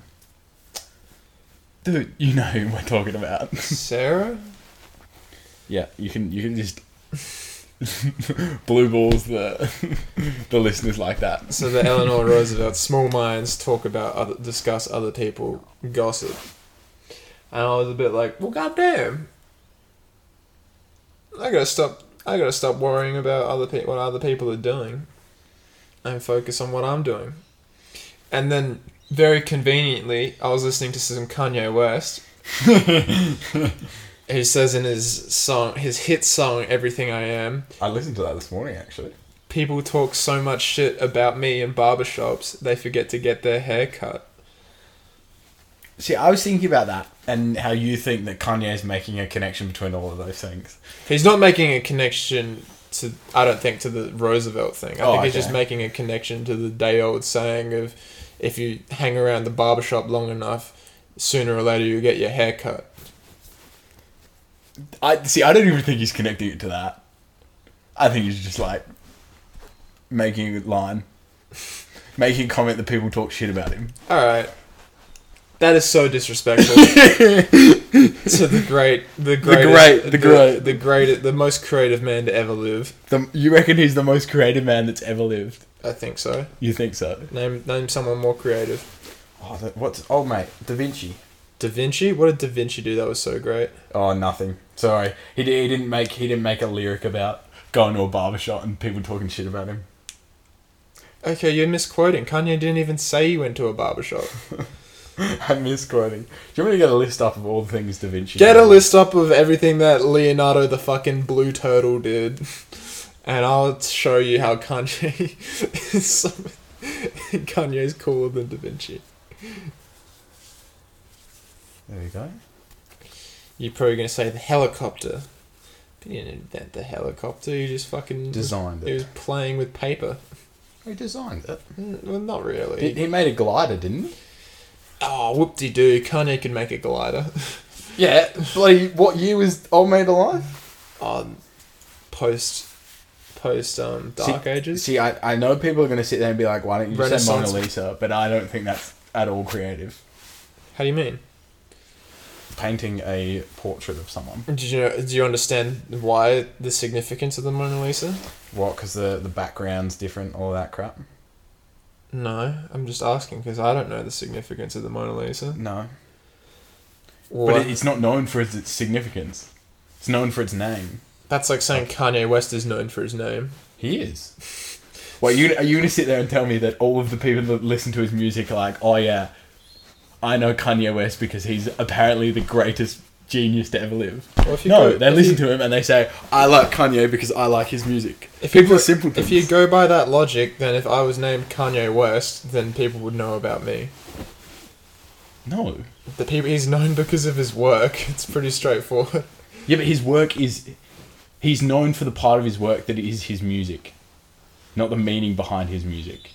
B: Dude, you know who we're talking about. <laughs>
A: Sarah?
B: yeah, you can you can just <laughs> blue balls the <laughs> the listeners like that.
A: So the Eleanor Roosevelt small minds talk about other, discuss other people gossip. And I was a bit like, well, goddamn. I gotta stop. I gotta stop worrying about other people, what other people are doing, and focus on what I'm doing. And then, very conveniently, I was listening to some Kanye West, who says in his song, his hit song, "Everything I Am,"
B: I listened to that this morning actually.
A: people talk so much shit about me in barbershops, they forget to get their hair cut.
B: See, I was thinking about that and how you think that Kanye's making a connection between all of those things.
A: He's not making a connection to, I don't think, to the Roosevelt thing. I
B: Oh,
A: think he's just
B: okay.
A: making a connection to the day old saying of if you hang around the barbershop long enough, sooner or later you get your hair cut.
B: I see. I don't even think he's connecting it to that. I think he's just like making a line, making a comment that people talk shit about him.
A: Alright. That is so
B: <laughs>
A: disrespectful to the great, the greatest,
B: great, the
A: the,
B: great.
A: the great, the most creative man to ever live.
B: The, you reckon he's the most creative man that's ever lived?
A: I think so.
B: You think so?
A: Name name someone more creative.
B: Oh, the, what's oh mate, Da Vinci.
A: Da Vinci. What did Da Vinci do? That was so great.
C: Oh, nothing. Sorry.
B: He, di- he didn't make he didn't make a lyric about going to a barber shop and people talking shit about him. <laughs>
A: Okay, you're misquoting. Kanye didn't even say he went to a barbershop.
B: I'm misquoting. Do you want me to get a list up of all the things Da Vinci?
A: Get
B: did?
A: a list up of everything that Leonardo the fucking Blue Turtle did, and I'll show you how Kanye <laughs> is. So, Kanye's cooler than Da Vinci.
B: There you go.
A: You're probably gonna say the helicopter. But he didn't invent the helicopter. He just fucking
B: Designed
A: He
B: it.
A: was playing with paper.
B: He designed it.
A: Mm, Well, not really.
B: He, he made a glider, didn't he?
A: oh, whoop de doo! Kanye can make a glider. <laughs>
B: Yeah. Bloody, what year was Old Man alive?
A: um, post, post um, Dark
B: see,
A: Ages.
B: See, I, I know people are going to sit there and be like, why don't you just say Mona
A: Renaissance.
B: Lisa? But I don't think that's at all creative.
A: How do you mean?
B: Painting a portrait of someone.
A: Did you know, do you understand why the significance of the Mona Lisa?
B: What? Because the, the background's different, all that crap?
A: No, I'm just asking because I don't know the significance of the Mona Lisa.
B: No.
A: What?
B: But it, it's not known for its, its significance. It's known for its name.
A: That's like saying Kanye West is known for his name.
B: He is. Wait, you, are you going to sit there and tell me that all of the people that listen to his music are like, oh yeah, I know Kanye West because he's apparently the greatest genius to ever live?
A: Well, if you
B: No,
A: go-
B: they
A: if
B: listen
A: you-
B: to him and they say, I like Kanye because I like his music.
A: If
B: people
A: you,
B: are simple.
A: If you go by that logic, then if I was named Kanye West, then people would know about me.
B: No.
A: The people he's known <laughs> because of his work. It's pretty straightforward.
B: Yeah, but his work is. He's known for the part of his work that is his music, not the meaning behind his music.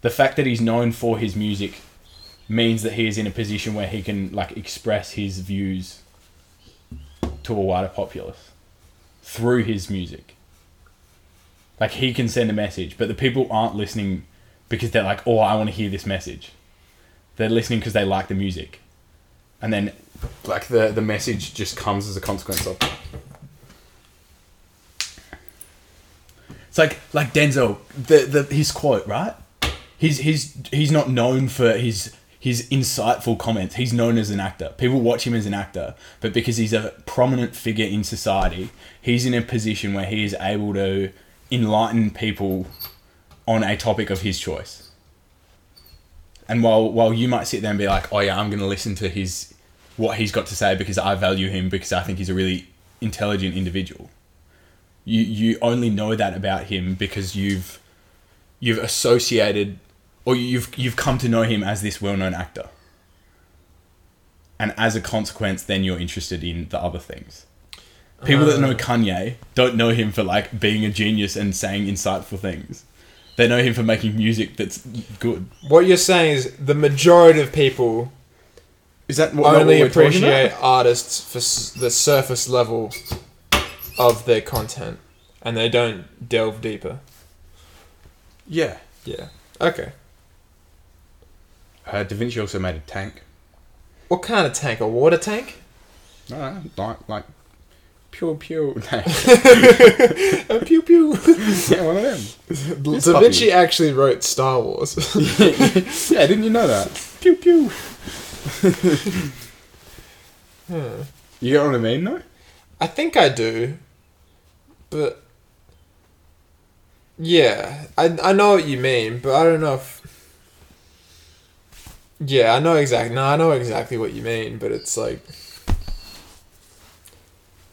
B: The fact that he's known for his music means that he is in a position where he can like express his views to a wider populace through his music. Like he can send a message, but the people aren't listening because they're like, "Oh, I want to hear this message." They're listening because they like the music. And then like the the message just comes as a consequence of. It's like like Denzel the the his quote right, he's he's he's not known for his his insightful comments. He's known as an actor. People watch him as an actor, but because he's a prominent figure in society, he's in a position where he is able to enlighten people on a topic of his choice. And while while you might sit there and be like, "Oh yeah, I'm going to listen to his what he's got to say because I value him because I think he's a really intelligent individual," you you only know that about him because you've you've associated or you've you've come to know him as this well-known actor. And as a consequence, then you're interested in the other things. People that know Kanye don't know him for like being a genius and saying insightful things. They know him for making music that's good.
A: What you're saying is the majority of people
B: Is that what,
A: only appreciate artists for s- the surface level of their content, and they don't delve deeper.
B: Yeah.
A: Yeah. Okay.
B: Uh, da Vinci also made a tank.
A: What kind of tank? A water <laughs> tank?
B: No, no, like like pure pure. <laughs> No,
A: A pew <laughs> pew.
B: yeah, one of them.
A: da Vinci actually wrote Star Wars. <laughs>
B: yeah, didn't you know that? Pew pew. <laughs> You get what I mean, though.
A: I think I do, but yeah, I I know what you mean, but I don't know if. Yeah, I know exactly. No, I know exactly what you mean, but it's like,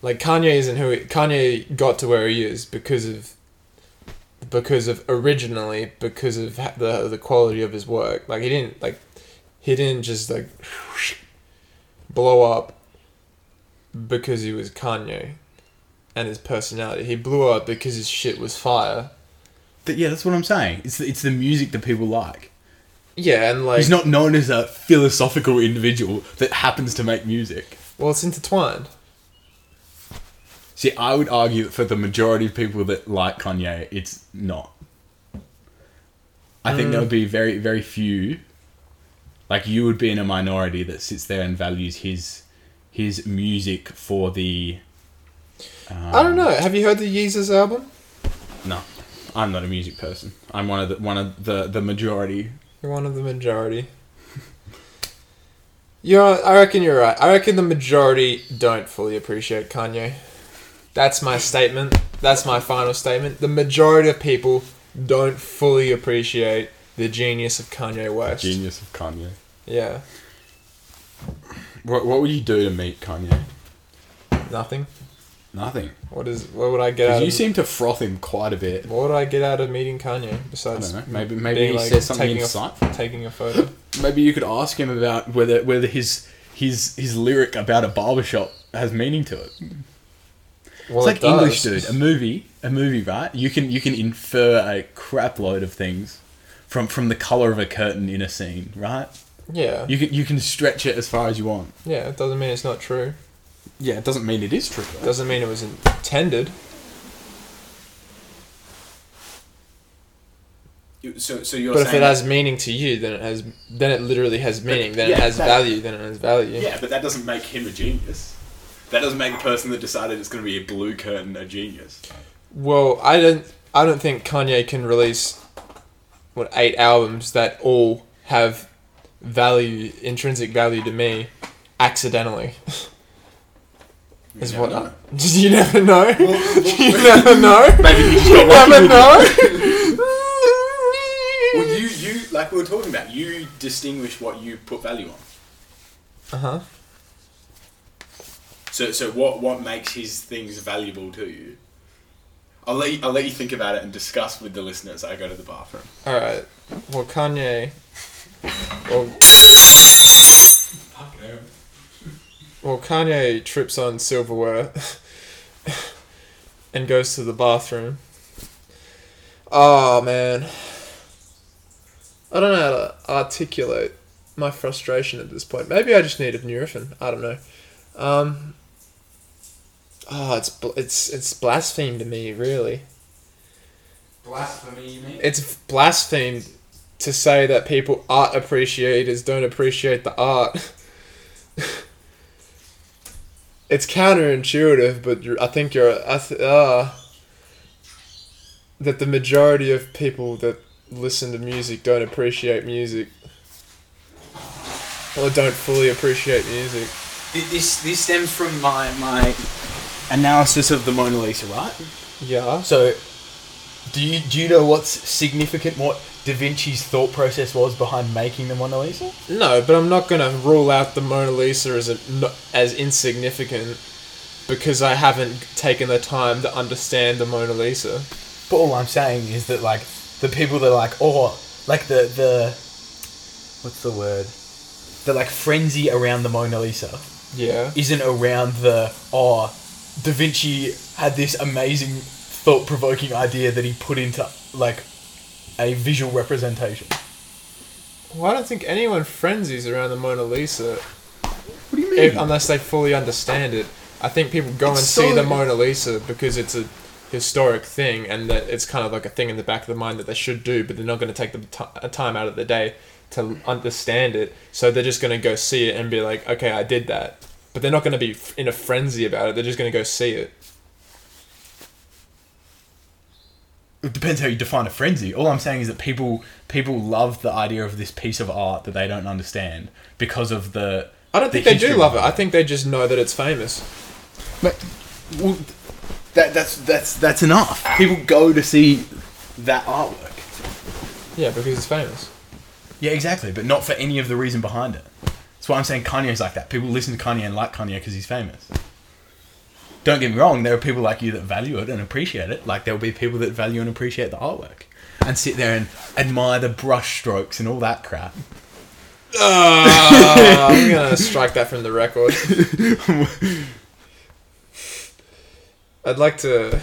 A: like Kanye isn't who he, Kanye got to where he is because of, because of originally because of ha- the the quality of his work. Like he didn't like, he didn't just like, blow up because he was Kanye and his personality. He blew up because his shit was fire.
B: Th- yeah, that's what I'm saying. It's the, it's the music that people like.
A: Yeah, and like
B: He's not known as a philosophical individual that happens to make music.
A: well, it's intertwined.
B: See, I would argue that for the majority of people that like Kanye, it's not. I think there would be very, very few. Like you would be in a minority that sits there and values his his music for the. Um,
A: I don't know. Have you heard the Yeezus album?
B: No, I'm not a music person. I'm one of the one of the the majority. <laughs>
A: You're one of the majority. You're, I reckon you're right. I reckon the majority don't fully appreciate Kanye. That's my statement. That's my final statement. The majority of people don't fully appreciate the genius of Kanye West.
B: Genius of Kanye.
A: Yeah,
B: What, what would you do to meet Kanye?
A: nothing.
B: Nothing. Um,
A: What is? What would I get?
B: 'Cause
A: Out
B: you
A: of,
B: seem to froth him quite a bit.
A: What would I get out of meeting Kanye
B: I
A: besides
B: don't know. Maybe maybe
A: being,
B: he
A: like,
B: said something
A: taking a-
B: insightful.
A: taking a photo?
B: Maybe you could ask him about whether whether his his his lyric about a barbershop has meaning to it.
A: Well,
B: it's like
A: it does.
B: English, dude. A movie, a movie, right? You can you can infer a crap load of things from from the color of a curtain in a scene, right?
A: Yeah,
B: You can you can stretch it as far as you want.
A: yeah. It doesn't mean it's not true.
B: Yeah, it doesn't mean it is true. though.
A: Doesn't mean it was intended.
E: You- So, so you're
A: But if
E: saying
A: it has meaning to you, then it has. Then it literally has meaning. Then it
E: yeah,
A: has
E: that-
A: value. Then it has value.
E: yeah, but that doesn't make him a genius. That doesn't make the person that decided it's going to be a blue curtain a genius.
A: Well, I don't. I don't think Kanye can release what eight albums that all have value, intrinsic value to me, accidentally. <laughs> Is what I- <laughs> you never know. <laughs> you <laughs> never know.
E: Maybe he's
A: you
E: got lucky
A: never
E: with
A: <laughs> know.
E: Well, you, you, like we were talking about, you distinguish what you put value on.
A: uh
C: Uh-huh.
A: huh.
E: So, so what, what makes his things valuable to you? I'll let you, I'll let you think about it and discuss with the listeners. I go to the bathroom.
A: All right. Well, Kanye. Well, well, Kanye trips on silverware and goes to the bathroom. Oh man, I don't know how to articulate my frustration at this point. Maybe I just need a Nurofen. I don't know. Um, oh, it's bl- it's it's blaspheme to me, really
C: Blasphemy, you mean?
A: it's blasphemed to say that people art appreciators don't appreciate the art. <laughs> it's counterintuitive, but you're, I think you're. I th- uh, that the majority of people that listen to music don't appreciate music, or don't fully appreciate music.
C: This, this stems from my, my analysis of the Mona Lisa, right?
A: Yeah.
C: So, do you do you know what's significant? What Da Vinci's thought process was behind making the Mona Lisa?
A: No, but I'm not gonna rule out the Mona Lisa as a, no- as insignificant because I haven't taken the time to understand the Mona Lisa.
C: But all I'm saying is that like the people that are like oh like the the what's the word? The like frenzy around the Mona Lisa
A: Yeah.
C: isn't around the oh Da Vinci had this amazing thought provoking idea that he put into like a visual representation.
A: Well, I don't think anyone frenzies around the Mona Lisa
B: What do you mean?
A: if, <clears throat> unless they fully understand it. I think people go and
C: It's
A: see
C: so-
A: the Mona Lisa because it's a historic thing and that it's kind of like a thing in the back of the mind that they should do, but they're not going to take the t- time out of the day to understand it. So they're just going to go see it and be like, okay, I did that. But they're not going to be f- in a frenzy about it. They're just going to go see it.
C: It depends how you define a frenzy. All I'm saying is that people people love the idea of this piece of art that they don't understand because of the.
A: I don't think they do love it. I think they just know that it's famous.
C: But well, that that's that's that's enough. People go to see that artwork.
A: Yeah, because it's famous.
C: Yeah, exactly, but not for any of the reason behind it. That's why I'm saying Kanye's like that. People listen to Kanye and like Kanye because he's famous. Don't get me wrong. There are people like you that value it and appreciate it. Like there will be people that value and appreciate the artwork and sit there and admire the brush strokes and all that crap.
A: Uh, I'm gonna strike that from the
C: <laughs>
A: record. I'd like to,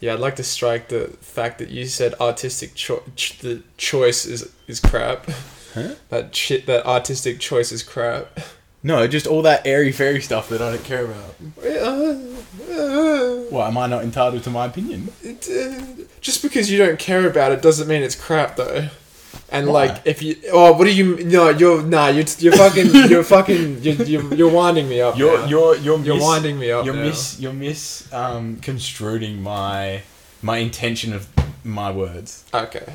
A: yeah, I'd like to strike the fact that you said artistic cho- ch- the choice is is crap.
B: Huh?
A: That shit, that artistic choice is crap.
C: No, just all that airy fairy stuff that I don't care about. Well, am I not entitled to my opinion?
A: Just because you don't care about it doesn't mean it's crap, though. And
C: Why?
A: like, if you, oh, what do you? No, you're nah, you're you're fucking, you're fucking, you're you're, you're winding me up.
C: You're
A: now.
C: you're you're,
A: You're
C: mis-
A: winding me up
C: You're
A: now.
C: mis you're mis um, construing my my intention of my words.
A: Okay.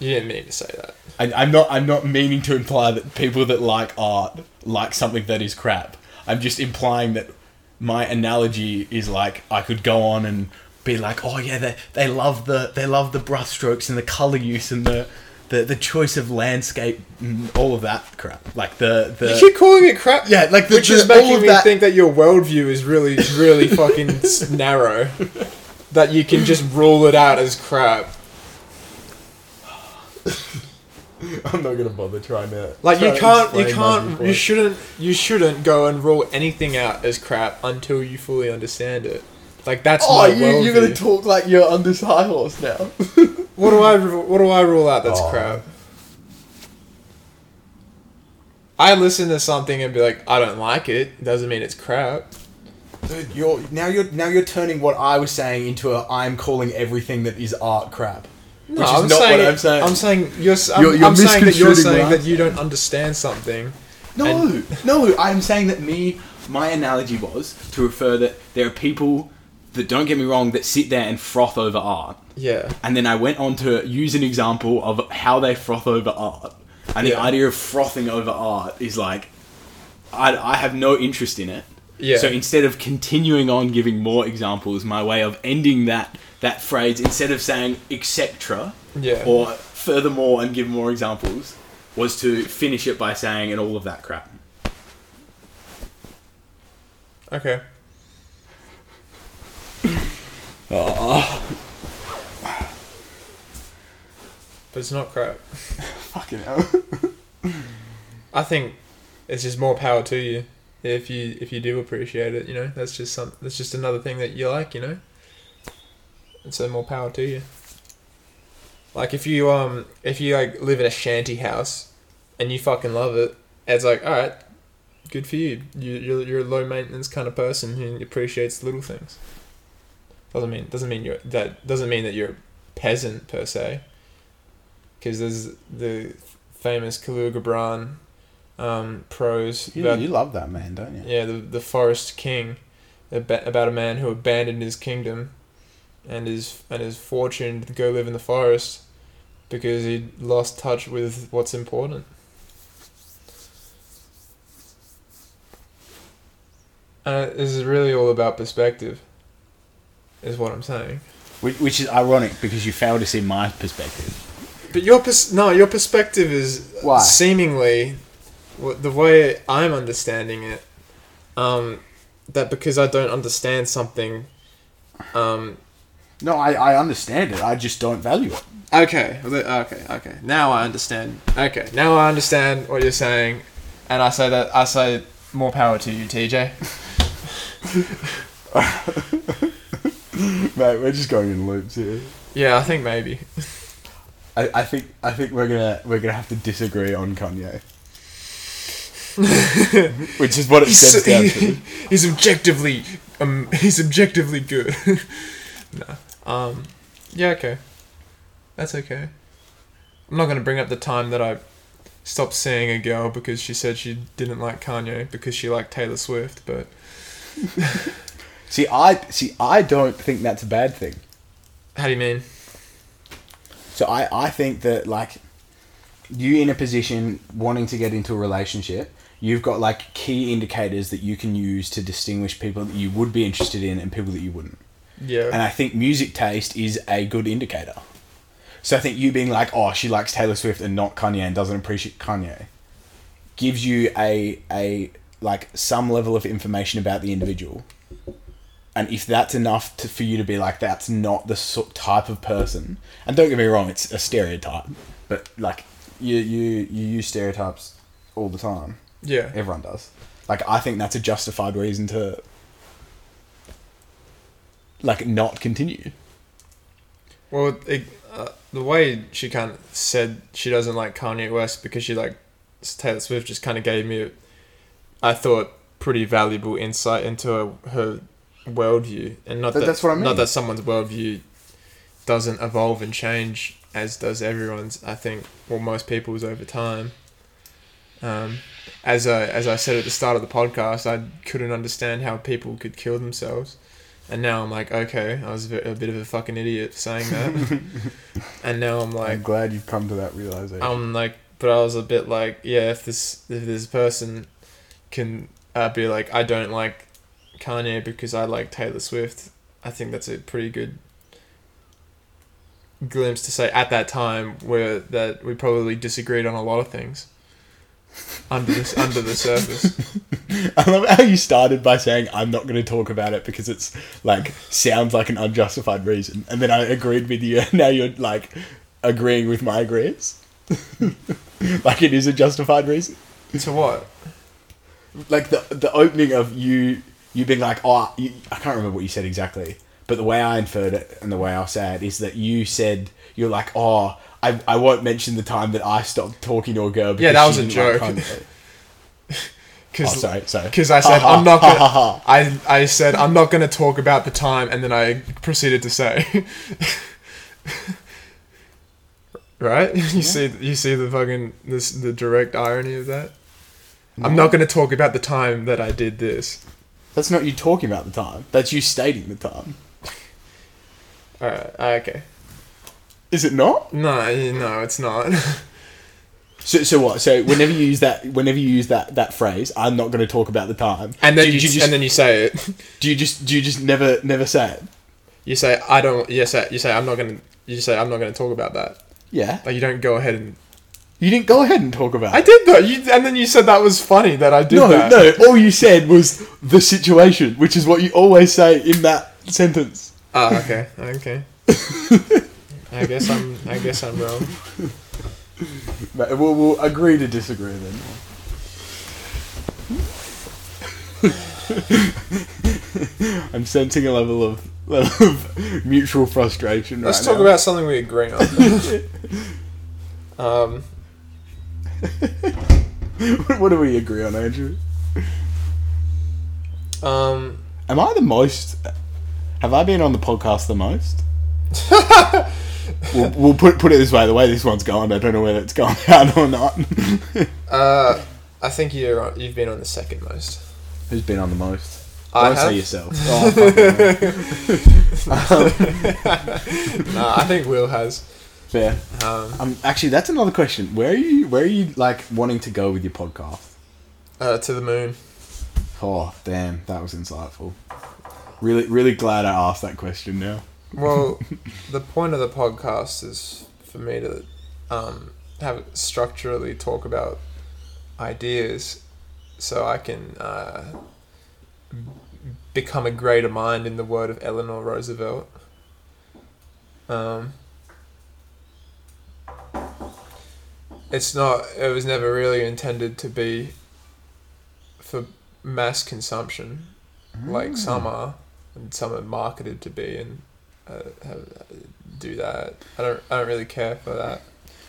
A: You didn't mean to say that.
B: I, I'm not. I'm not meaning to imply that people that like art like something that is crap. I'm just implying that my analogy is like I could go on
C: <laughs>
B: and be like, oh yeah, they, they love the they love the brushstrokes and the color use and the, the the choice of landscape and all of that crap. Like the the
A: You keep calling it crap.
B: Yeah, like the-
A: which
B: the-
A: is
B: all
A: making
B: of
A: me
B: that-
A: think that your worldview is really, really
B: <laughs>
A: fucking s- narrow. That you can just rule it out as crap.
B: I'm not gonna bother trying to
A: Like
B: try
A: you
B: to
A: can't, you
B: explain my
A: can't,
B: viewpoint.
A: you shouldn't, you shouldn't go and rule anything out as crap until you fully understand it. Like that's
B: <laughs> Oh,
A: my
B: you, you're gonna
A: worldview.
B: talk like you're on this high horse now. <laughs>
A: what do I, ru- what do I rule out that's
B: Oh.
A: crap? I listen to something and be like, I don't like it. Doesn't mean it's crap.
B: Dude, you're now you're now you're turning what I was saying into a I'm calling everything that is art crap.
A: No,
B: which is
A: I'm
B: not
A: saying,
B: what I'm saying.
A: I'm saying you're. s- I'm,
B: You're- you're
A: I'm saying that you're
B: misconstruing
A: saying
B: what
A: that
B: I'm
A: you don't understand something.
B: No,
F: No, I'm saying that me, my analogy was to refer that there are people that don't get me wrong that sit there and froth over art,
A: Yeah.
F: and then I went on to use an example of how they froth over art, and the
A: Yeah.
F: idea of frothing over art is like, I, I have no interest in it.
A: Yeah.
F: So instead of continuing on giving more examples, my way of ending that that phrase instead of saying etc.
A: Yeah.
F: or furthermore and give more examples was to finish it by saying and all of that crap.
A: Okay.
F: Ah.
A: But it's not crap.
B: Fucking hell.
A: I think it's just more power to you if you if you do appreciate it. You know, that's just some that's just another thing that you like. You know, and so more power to you. Like if you um if you like live in a shanty house, and you fucking love it, it's like all right, good for you. You you're, you're a low maintenance kind of person who appreciates little things. Doesn't mean doesn't mean you're that doesn't mean that you're a peasant per se. Because there's the famous Kahlua Gibran um, prose
B: You,
A: about
B: you love that man, don't you?
A: yeah, the, the Forest King, aba- about a man who abandoned his kingdom and his and his fortune to go live in the forest because he lost touch with what's important. Uh, this is really all about perspective, is what I'm saying.
B: Which, which is ironic because you fail to see my perspective.
A: But your pers- no, your perspective is
B: Why?
A: seemingly wh- the way I'm understanding it. Um, that because I don't understand something. Um,
B: No, I, I understand it. I just don't value it.
A: okay, li- okay, okay. Now I understand. Okay, now I understand what you're saying, and I say that I say more power to you, TJ.
B: <laughs> Mate, we're just going in loops here.
A: yeah, I think maybe.
B: I, I think I think we're gonna we're gonna have to disagree on <laughs> Kanye. which is what it
A: He's,
B: says
A: so- <laughs>
B: down
A: he-
B: <laughs> to.
A: <laughs> he's objectively um <laughs> he's objectively good. <laughs> no. Um yeah, okay. That's okay. I'm not going to bring up the time that I stopped seeing a girl because she said she didn't like Kanye because she liked Taylor Swift, but
B: See I see I don't think that's a bad thing.
A: how do you mean?
B: So I, I think that like you in a position wanting to get into a relationship, you've got like key indicators that you can use to distinguish people that you would be interested in and people that you wouldn't.
A: Yeah.
B: And I think music taste is a good indicator. So I think you being like, oh, she likes Taylor Swift and not Kanye and doesn't appreciate Kanye gives you a a like some level of information about the individual. And if that's enough to, for you to be like, that's not the sort type of person. And don't get me wrong, it's a stereotype, but like you you you use stereotypes all the time.
A: yeah.
B: Everyone does. Like I think that's a justified reason to like not continue.
A: Well, it, uh, the way she kind of said she doesn't like Kanye West because she like Taylor Swift just kind of gave me, I thought, pretty valuable insight into her, her worldview, and not
B: Th-
A: that
B: that's what I
A: Not
B: mean.
A: that someone's worldview doesn't evolve and change as does everyone's. I think, well, most people's over time. Um, as I, as I said at the start of the podcast, I couldn't understand how people could kill themselves And now I'm like, okay, I was a bit, a bit of a fucking idiot for saying that. and now I'm like,
B: I'm glad you've come to that realization.
A: I'm like, but I was a bit like, yeah, if this if this person can uh, be like, I don't like Kanye because I like Taylor Swift, I think that's a pretty good glimpse to say at that time where that we probably disagreed on a lot of things under this under the surface.
B: <laughs> I love how you started by saying I'm not going to talk about it because it's like sounds like an unjustified reason, and then I agreed with you. <laughs> And now you're like agreeing with my agrees, <laughs> like it is a justified reason.
A: to what?
B: Like the the opening of you you being like, oh, you, I can't remember what you said exactly, but the way I inferred it and the way I'll say it is that you said you're like, oh, I I won't mention the time that I stopped talking to a girl. Because
A: Yeah, that
B: she
A: was a
B: didn't
A: joke.
B: Kanye." Oh,
A: Because
B: sorry, sorry.
A: Because I said
B: Ha,
A: I'm not.
B: ha,
A: Gonna,
B: ha, <laughs> ha, ha.
A: I I said I'm not going to talk about the time, and then I proceeded to say, <laughs> right? <laughs> You see, you see the fucking this the direct irony of that. I'm not going to talk about the time that I did this.
B: That's not you talking about the time. That's you stating the time.
A: All right, ah, okay.
B: Is it not?
A: No, y- no, it's not. <laughs>
B: So, so what? So whenever you use that, whenever you use that that phrase, I'm not going to talk about the time.
A: And then
B: do
A: you,
B: just,
A: and then you say it. <laughs>
B: do you just do you just never never say it?
A: You say I don't. You say you say I'm not going to. You say I'm not going to talk about that.
B: Yeah.
A: Like you don't go ahead and.
B: You didn't go ahead and talk about.
A: I
B: it.
A: did though. You and then you said that was funny that I did
B: No,
A: that.
B: no. All you said was the situation, which is what you always say in that sentence.
A: Ah, okay, <laughs> okay. I guess I'm. I guess I'm wrong.
B: But We'll, we'll agree to disagree then. <laughs> I'm sensing a level of level of mutual frustration.
A: Let's
B: right
A: talk
B: now.
A: about something we agree on. <laughs> um,
B: <laughs> What- what do we agree on, Andrew?
A: um,
B: Am I the most? Have I been on the podcast
A: <laughs>
B: the most? we'll, we'll put put it this way: the way this one's going, I don't know whether it's gone <laughs> out or not.
A: uh, I think you're. On, you've been on the second <laughs> most.
B: Who's been on the most?
A: I
B: Don't
A: have.
B: say
A: <laughs>
B: yourself. Oh,
A: Um,
B: fucking hell.
A: Nah, I think Will has.
B: Fair.
A: Um,
B: Um, actually, that's another question. Where are you? Where are you like wanting to go with your podcast?
A: uh, to the moon.
B: Oh, damn, that was insightful. Really, really glad I asked that question. Now,
A: Well, the point of the podcast is for me to um, have structurally talk about ideas, so I can uh, become a greater mind in the word of Eleanor Roosevelt. Um, it's not. It was never really intended to be for mass consumption, like some are, and some are marketed to be, and uh, have, do that. I don't. I don't really care for that.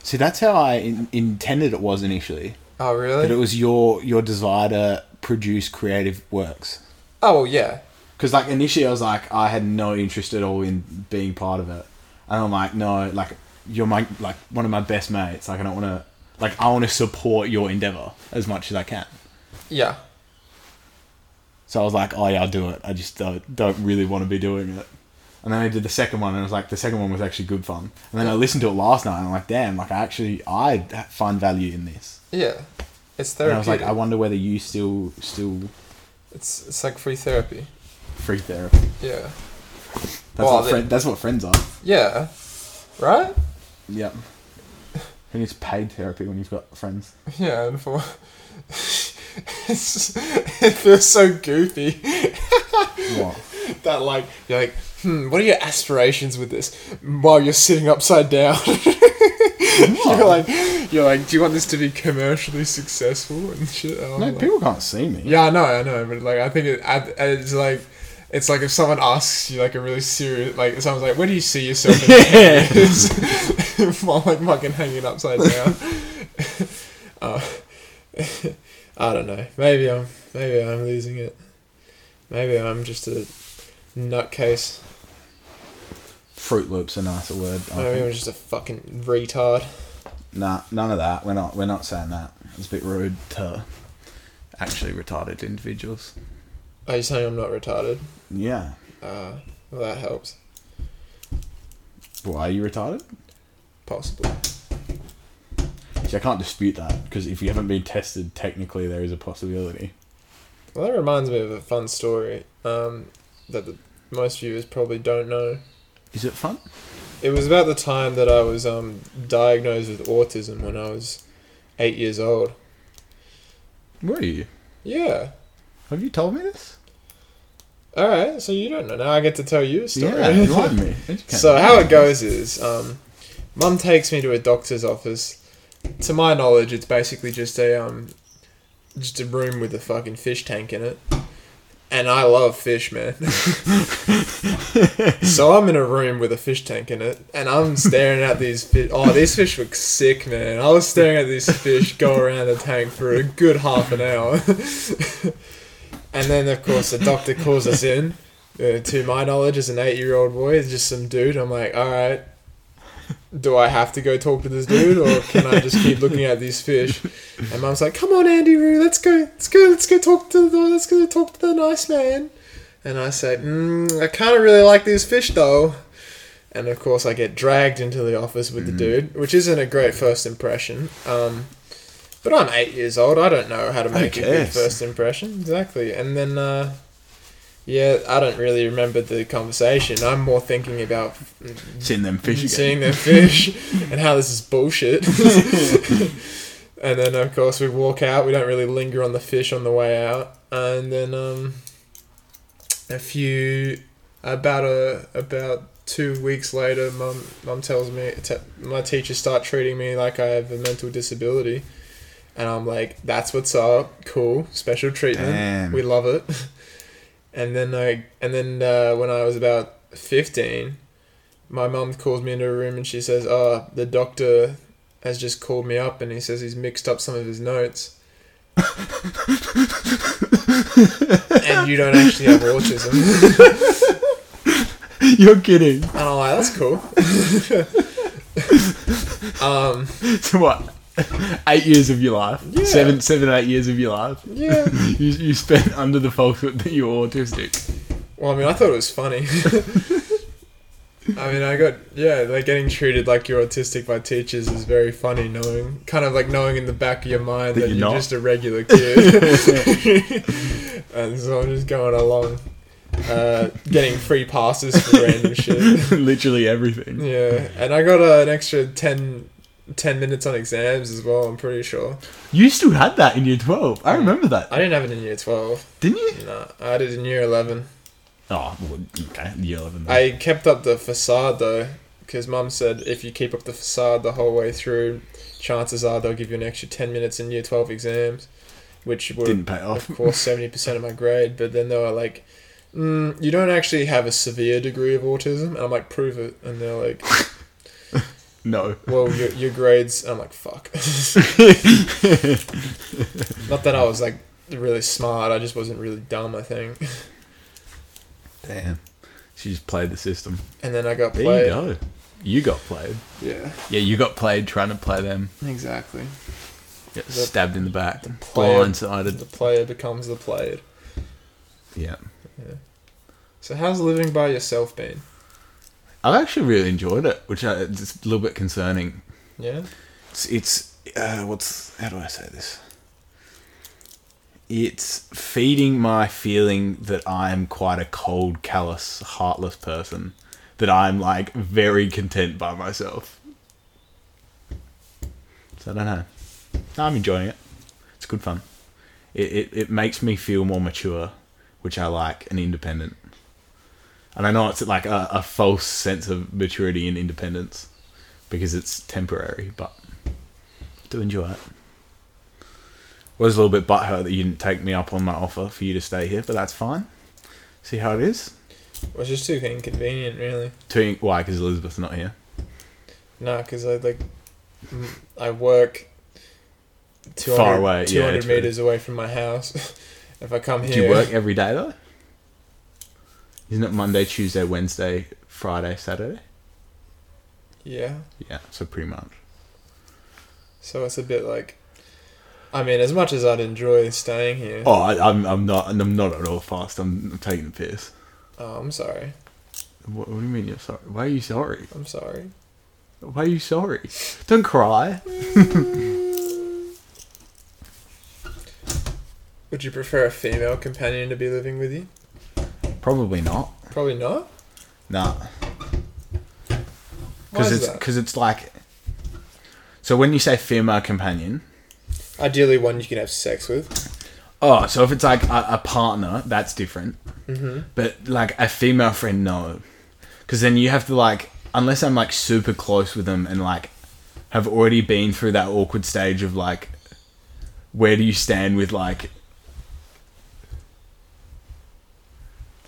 B: see, that's how I in- intended it was initially.
A: Oh
B: That it
A: really?
B: was your your desire to produce creative works.
A: Oh well, yeah.
B: Because like initially, I was like, I had no interest at all in being part of it, and I'm like, no, like you're my like one of my best mates. Like I don't want to, like I want to support your endeavor as much as I can.
A: Yeah.
B: So I was like, oh yeah, I'll do it. I just don't, don't really want to be doing it. And then I did the second one, and I was like, the second one was actually good fun. And then I listened to it last night, and I'm like, damn, like I actually I find value in this.
A: Yeah. It's
B: And I
A: therapy.
B: was like, I wonder whether you still still
A: it's it's like free therapy.
B: free therapy.
A: Yeah.
B: That's
A: Well,
B: what
A: the-
B: friend, that's what friends are.
A: Yeah. Right?
B: Yep. I think it's paid therapy when you've got friends.
A: Yeah, and for <laughs> it's, it feels so goofy
B: <laughs> What?
A: that like you're like, hmm, what are your aspirations with this? While you're sitting upside down, <laughs>
B: Oh.
A: you're like, you're like, do you want this to be commercially successful and shit? And I'm
B: No,
A: like-
B: people can't see me.
A: Yeah, I know, I know, but like I think it, I, it's like it's like if someone asks you like a really serious like someone's like, where do you see yourself? in ten years?" <laughs> While like fucking hanging upside down. <laughs> uh, <laughs> I don't know. Maybe I'm maybe I'm losing it. Maybe I'm just a nutcase.
B: Fruit Loops a nicer word. I
A: Maybe I'm
B: think.
A: just a fucking retard.
B: Nah, none of that. We're not. We're not saying that. It's a bit rude to actually retarded individuals.
A: Are you saying I'm not retarded?
B: Yeah,
A: Uh, well, that helps.
B: Why are you retarded?
A: Possibly.
B: See, I can't dispute that because if you haven't been tested, technically there is a possibility.
A: Well, that reminds me of a fun story um, that the, most viewers probably don't know.
B: Is it fun?
A: It was about the time that I was um, diagnosed with autism when I was eight years old.
B: Were you?
A: Yeah.
B: Have you told me this?
A: All right. So you don't know. Now I get to tell you a story. <laughs>
B: Yeah, enlighten <laughs> me. Educate
A: So
B: me.
A: how it goes is, um, mum takes me to a doctor's office. To my knowledge, it's basically just a um, just a room with a fucking fish tank in it. And I love fish, man. <laughs> so I'm in a room with a fish tank in it, and I'm staring at these fish. Oh, these fish look sick, man. I was staring at these fish go around the tank for a good half an hour. <laughs> and then, of course, the doctor calls us in uh, to my knowledge, as an eight-year-old boy, it's just some dude. I'm like, all right, do I have to go talk to this dude, or can I just keep looking at these fish? And mum's like, come on, Andy Roo, let's go, let's go, let's go talk to the, let's go talk to the nice man. And I say, mm, I kind of really like these fish though. And of course, I get dragged into the office with the dude, which isn't a great first impression. Um, but I'm eight years old. I don't know how to make a good
B: cares?
A: first impression exactly. And then. Uh, yeah, I don't really remember the conversation. I'm more thinking about
B: Seeing them fish again.
A: seeing their fish
B: <laughs>
A: and how this is bullshit. and then, of course, we walk out. We don't really linger on the fish on the way out. And then, um, a few about a about two weeks later, mum mum tells me te- my teachers start treating me like I have a mental disability. And I'm like, that's what's up. Cool. Special treatment.
B: Damn.
A: We love it. <laughs> And then I, and then uh, when I was about 15, my mum calls me into a room and she says, "Oh, the doctor has just called me up and he says he's mixed up some of his notes." and you don't actually have autism.
B: <laughs> You're kidding.
A: And I'm like, that's cool. um,
B: So <laughs> what? Eight years of your life.
A: Yeah.
B: Seven, seven, eight years of your life.
A: yeah.
B: You, you spent under the falsehood that you were autistic.
A: Well, I mean, I thought it was funny. I mean, I got yeah, like getting treated like you're autistic by teachers is very funny. Knowing, kind of like knowing in the back of your mind that,
B: That
A: you're,
B: you're not.
A: just a regular
B: <laughs>
A: kid, <laughs> and so I'm just going along, uh, getting free passes for
B: <laughs>
A: random shit.
B: Literally everything.
A: Yeah, and I got uh, an extra 10, 10 minutes on exams as well. I'm pretty sure
B: You still had that in year 12. I remember that.
A: I didn't have it in year twelve.
B: Didn't you?
A: No, I had it in year eleven.
B: Oh, well, okay. Year 11. then.
A: I kept up the facade though, because mum said if you keep up the facade the whole way through, chances are they'll give you an extra 10 minutes in year 12 exams, which were,
B: Didn't pay off.
A: of course, 70% of my grade. But then they were like, mm, you don't actually have a severe degree of autism. And I'm like, prove it. And they're like,
B: No.
A: well, your, your grades. And I'm like, fuck. <laughs> Not that I was like really smart, I just wasn't really dumb, I think.
B: <laughs> Damn. She just played the system.
A: And then I got
B: There
A: played.
B: you go. You got played.
A: Yeah,
B: Yeah, you got played trying to play them.
A: exactly.
B: Get stabbed in the back.
A: player-
B: blindsided.
A: The player becomes the played.
B: Yeah.
A: So how's living by yourself been?
B: I've actually really enjoyed it, which I, it's a little bit concerning.
A: Yeah.
B: It's, it's uh, what's, how do I say this? It's feeding my feeling that I'm quite a cold, callous, heartless person. That I'm like very content by myself. So I don't know. No, I'm enjoying it. It's good fun. It, it, it makes me feel more mature, which I like, and independent. And I know it's like a, a false sense of maturity and independence because it's temporary, but I do enjoy it. Was a little bit butthurt that you didn't take me up on my offer for you to stay here, but that's fine. See how it is?
A: It was just too inconvenient, really.
B: Too, why? Because Elizabeth's not here.
A: Nah, because I like, m- I work. 200,
B: Far away, yeah,
A: 200
B: true.
A: meters away from my house. <laughs> if I come here,
B: Do you work every day though? Isn't it Monday, Tuesday, Wednesday, Friday, Saturday?
A: Yeah.
B: Yeah, so pretty much.
A: So it's a bit like, I mean, as much as I'd enjoy staying here,
B: Oh, I, I'm, I'm not, I'm not at all fast. I'm, I'm taking the piss.
A: Oh, I'm sorry.
B: What, what do you mean you're sorry? Why are you sorry?
A: I'm sorry.
B: Why are you sorry? Don't cry.
A: Would you prefer a female companion to be living with you?
B: Probably not.
A: Probably not.
B: Nah.
A: Why
B: Because
A: is
B: it's
A: that?
B: because it's like. So when you say female companion,
A: Ideally, one you can have sex with.
B: oh, so if it's like a, a partner, that's different. Mm-hmm. But like a female friend, no, because then you have to like unless I'm like super close with them and like have already been through that awkward stage of like where do you stand with like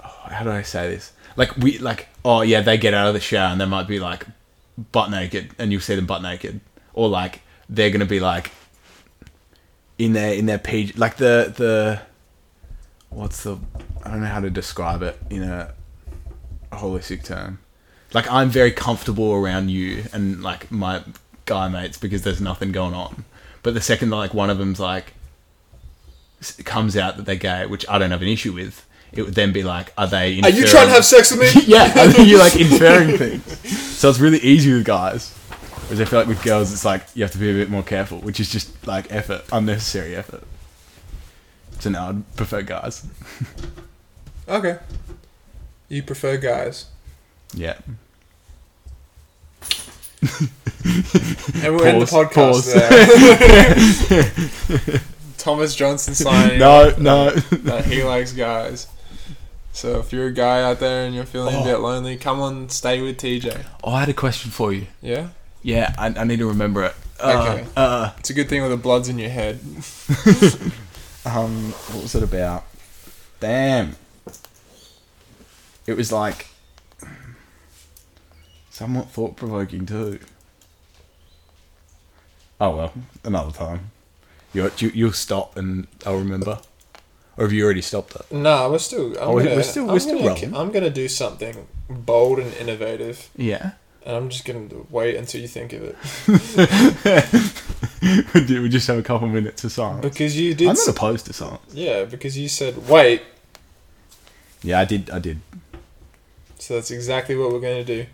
B: oh, how do I say this? Like we like oh yeah, they get out of the shower and they might be like butt naked and you'll see them butt naked. Or like they're gonna be like in their in their page like the the what's the I don't know how to describe it in a holistic term. Like I'm very comfortable around you and like my guy mates because there's nothing going on. But the second like one of them's like s- comes out that they're gay, which I don't have an issue with, it would then be like, are they?
A: Are you trying to have sex with
B: <laughs>
A: me?
B: yeah, I think you're like inferring things. So it's really easy with guys. Whereas I feel like with girls, it's like you have to be a bit more careful, which is just like effort, unnecessary effort. So no, I'd prefer guys.
A: Okay. You prefer guys.
B: Yeah.
A: And we'll end the
B: Pause,
A: podcast
B: pause.
A: there.
B: <laughs>
A: Thomas Johnson signing.
B: No, no.
A: that he likes guys. So if you're a guy out there and you're feeling a bit lonely, come on, stay with TJ.
B: <laughs> Oh, I had a question for you.
A: Yeah,
B: Yeah, I, I need to remember it.
A: Okay.
B: Uh, uh,
A: it's a good thing with the bloods in your head.
B: um, what was it about? Damn. It was like somewhat thought provoking too. Oh well, another time. You you you'll stop and I'll remember. Or have you already stopped it?
A: Nah, we're still. I'm
B: Oh, we're-
A: gonna,
B: we're still-
A: I'm
B: we're still
A: gonna,
B: rolling.
A: I'm gonna do something bold and innovative,
B: <laughs> Yeah.
A: and I'm just gonna wait until you think of it
B: we do- we just have a couple minutes of silence.
A: because you
B: I'm
A: did.
B: not
A: s-
B: opposed to silence.
A: yeah, because you said wait,
B: Yeah, I did. I did.
A: so that's exactly what we're gonna do.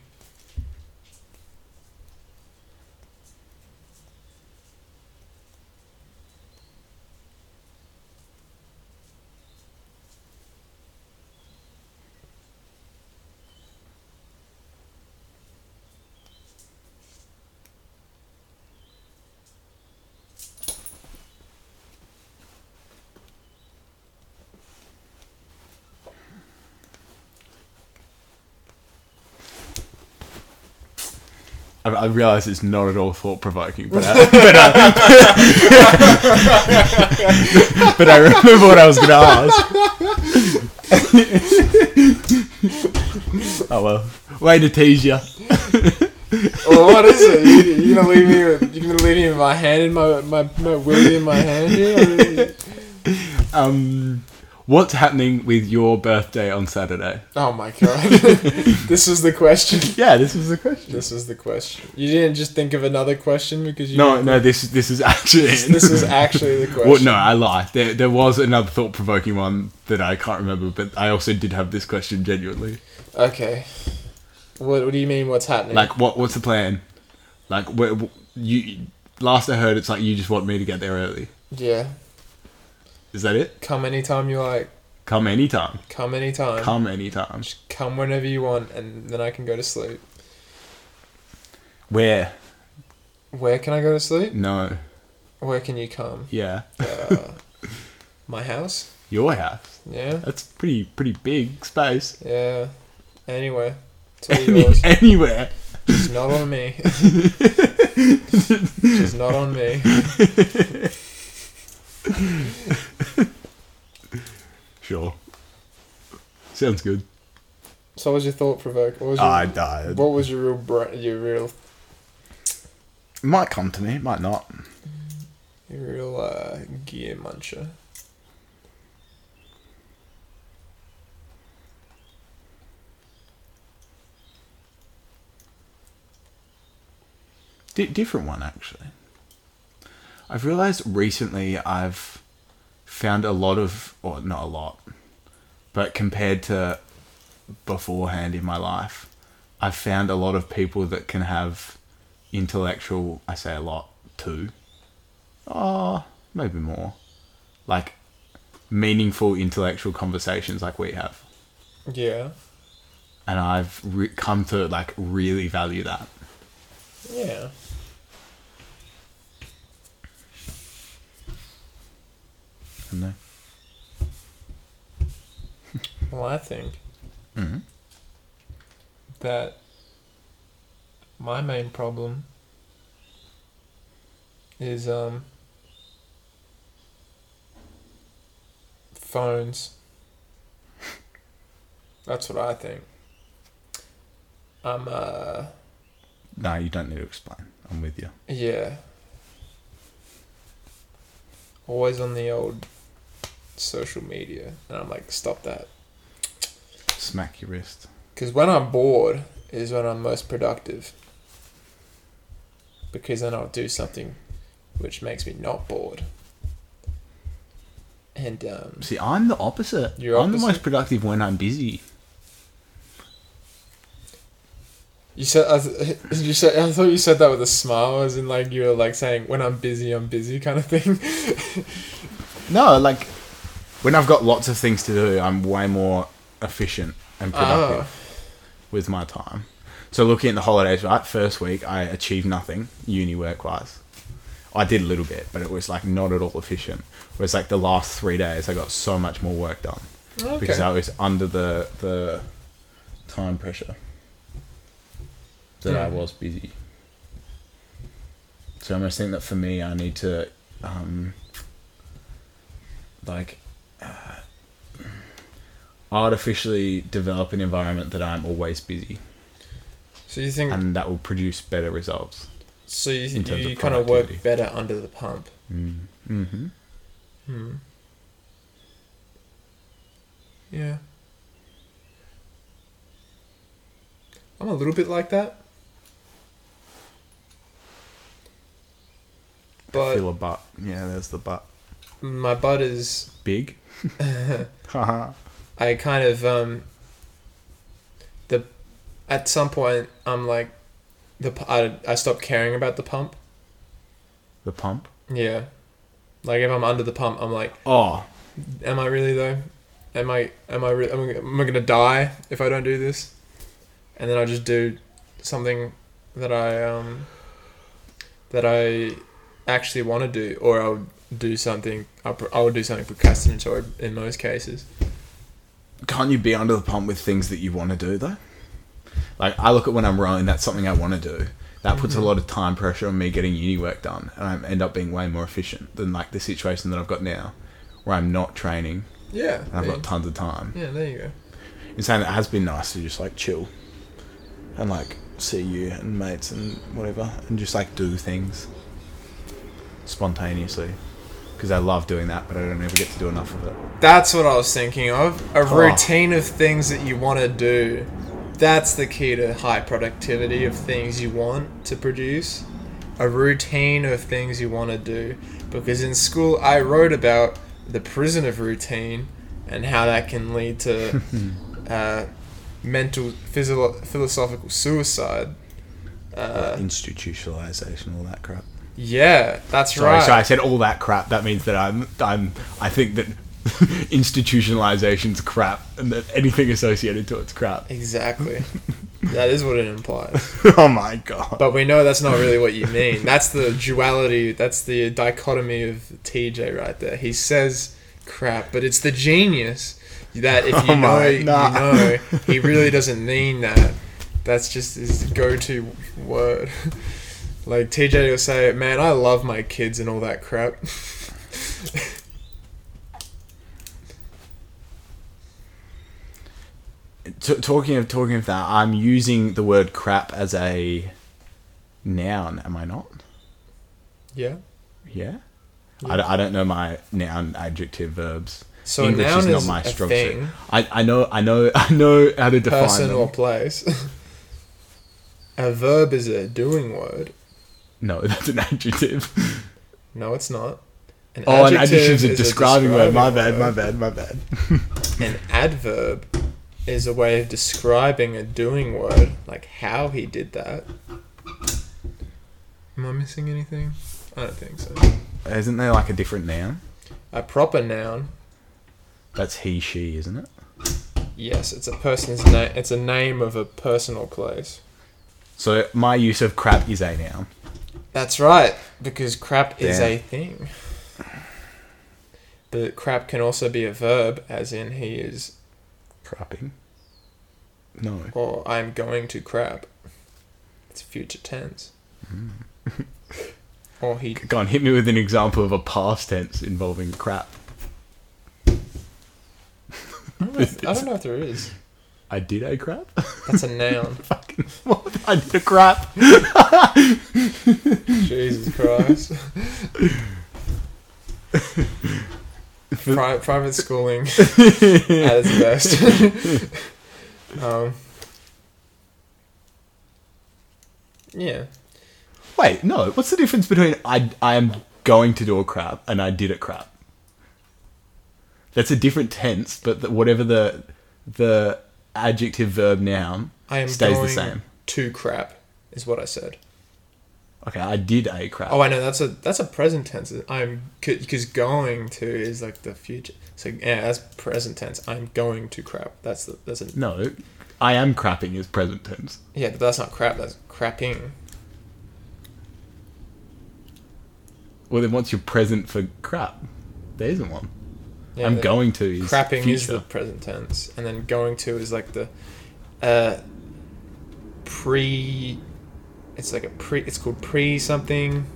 B: I, I realize it's not at all thought provoking, but
A: <laughs>
B: I, but, uh, I, <laughs> but I remember what I was going to ask. <laughs> oh well, way to tease you.
A: Well, Oh, what is it? You, <laughs> you're gonna leave me. With, you're gonna leave me with my hand in my my my willy in my hand. Here?
B: Um, what's happening with your birthday on Saturday?
A: <laughs> Oh my god, <laughs> this is the question.
B: Yeah, this was the question.
A: This is the question. You didn't just think of another question because you
B: No, no, this this is actually
A: This, this is actually the question.
B: <laughs> Well, no, I lie. There, there was another thought-provoking one that I can't remember, but I also did have this question genuinely.
A: Okay. What What do you mean? What's happening?
B: Like, what what's the plan? Like, where, wh- you last I heard, it's like you just want me to get there early.
A: yeah,
B: Is that it?
A: come anytime you like.
B: Come anytime.
A: Come anytime.
B: Come anytime.
A: Come whenever you want, and then I can go to sleep.
B: Where?
A: Where can I go to sleep?
B: No.
A: Where can you come?
B: Yeah. <laughs>
A: My house.
B: Your house.
A: Yeah.
B: That's pretty pretty big space.
A: Yeah. Anywhere. It's all
B: <laughs> Any,
A: yours.
B: anywhere.
A: It's not on me. It's not on me.
B: sure. Sounds good.
A: So, what was your thought provoke? What was your,
B: I died.
A: what was your real bra- your real
B: Might come to me. Might not.
A: your real uh, gear muncher?
B: D- different one actually. I've realized recently I've found a lot of, or not a lot, but compared to beforehand in my life, I've found a lot of people that can have intellectual, I say a lot, too. Oh, maybe more. Like meaningful intellectual conversations like we have.
A: Yeah.
B: And I've re- come to like really value that.
A: Yeah.
B: And they-
A: Well, I think that my main problem is um, phones. That's what I think. I'm uh
B: No, you don't need to explain. I'm with you.
A: yeah. Always on the old social media, and I'm like, stop that.
B: Smack your wrist.
A: Because when I'm bored is when I'm most productive. Because then I'll do something which makes me not bored. And, um,
B: See, I'm the opposite.
A: You're
B: I'm the
A: opposite?
B: most productive when I'm busy.
A: you said, I th- <laughs> you said, I thought you said that with a smile, as in, like, you were, like, saying, when I'm busy, I'm busy kind of thing. <laughs>
B: No, like when I've got lots of things to do, I'm way more efficient
A: Ah.
B: and productive with my time. So looking at the holidays, right? First week, I achieved nothing uni work wise. I did a little bit, but it was like not at all efficient. Whereas like the last three days, I got so much more work done
A: Okay.
B: because I was under the the time pressure that I
A: Mm.
B: was busy. So I must think that for me, I need to um, like uh, artificially develop an environment that I'm always busy,
A: so you think,
B: and that will produce better results.
A: so you,
B: in terms
A: you,
B: of
A: kind of work
B: productivity.
A: better under the pump.
B: Mm-hmm.
A: Hmm. Yeah. I'm a little bit like that. But
B: Feel a butt. Yeah, there's the butt.
A: my butt is
B: <laughs> Big. Haha.
A: I kind of um the at some point I'm like the pu- I, I stop caring about the pump.
B: the pump.
A: Yeah. Like if I'm under the pump, I'm like
B: Oh,
A: Am I really though? Am I am I re- am I, am I gonna die if I don't do this? And then I just do something that I um that I actually want to do, or I'll do something. I'll, pr- I'll do something procrastinatory in most cases.
B: can't you be under the pump with things that you want to do though? Like I look at when I'm rowing, that's something I want to do. That puts
A: Mm-hmm.
B: a lot of time pressure on me getting uni work done, and I end up being way more efficient than like the situation that I've got now, where I'm not training
A: Yeah.
B: and I've
A: there-
B: got tons of time.
A: yeah. There you go.
B: In saying that, it has been nice to just like chill, and like see you and mates and whatever, and just like do things spontaneously, because I love doing that, but I don't ever get to do enough of it.
A: That's what I was thinking of. A
B: Oh.
A: routine of things that you want to do. That's the key to high productivity of things you want to produce. A routine of things you want to do. Because in school, I wrote about the prison of routine and how that can lead
B: <laughs>
A: to uh, mental, physio- philosophical suicide. Uh.
B: Institutionalization, all that crap.
A: Yeah, that's
B: Sorry,
A: right.
B: so I said all that crap. That means that I'm I'm I think that <laughs> institutionalization's crap and that anything associated to it's crap.
A: Exactly. that is what it implies.
B: <laughs> oh my god.
A: But we know that's not really what you mean. That's the duality, that's the dichotomy of TJ right there. He says crap, but it's the genius that if you
B: <laughs> Oh
A: know,
B: my-
A: you
B: nah.
A: know, he really doesn't mean that. That's just his go to word. <laughs> Like TJ will say, Man, I love my kids and all that crap. <laughs>
B: T- talking of talking of that, I'm using the word crap as a noun. Am I not?
A: yeah.
B: Yeah. I, d- I don't know my noun adjective verbs.
A: So a noun is a thing.
B: I, I know I know <laughs> I know how to define
A: Person
B: them.
A: or place. <laughs> a verb is a doing word.
B: No, <laughs> that's an adjective.
A: No, it's not. An
B: Oh, an
A: adjective
B: adjective's a
A: is
B: describing word. My bad, my bad, my bad.
A: An adverb is a way of describing a doing word, like how he did that. Am I missing anything? I don't think so.
B: Isn't there like a different noun?
A: A proper noun.
B: That's he, she, isn't it?
A: Yes, it's a person's name. It's a name of a personal place.
B: So my use of crap is a noun.
A: That's right, because crap is
B: Damn.
A: a thing. But crap can also be a verb, as in he is,
B: Crapping. No.
A: or I am going to crap. It's future tense. or he
B: Go on, hit me with an example of a past tense involving crap.
A: I don't know if- I don't know if there is.
B: I did a crap? <laughs>
A: That's a noun.
B: Fucking what? I did a crap.
A: Jesus Christ.
B: <laughs>
A: Pri- private
B: <laughs>
A: schooling at its best. <laughs> um, yeah.
B: Wait, no. What's the difference between I, I am going to do a crap and I did a crap? That's a different tense, but the, whatever the the adjective verb noun
A: I am
B: stays
A: going
B: the same.
A: to crap, is what I said.
B: Okay, I did a crap.
A: Oh, I know that's a that's a present tense. I'm because going to is like the future. So yeah, that's present tense. I'm going to crap. That's the that's a
B: no, I am crapping is present tense.
A: yeah, but that's not crap. That's crapping.
B: Well, then what's your present for crap? There isn't one.
A: Yeah,
B: I'm
A: the-
B: going to is
A: Crapping
B: future.
A: is the present tense, and then going to is like the uh, pre. It's like a pre. It's called pre something,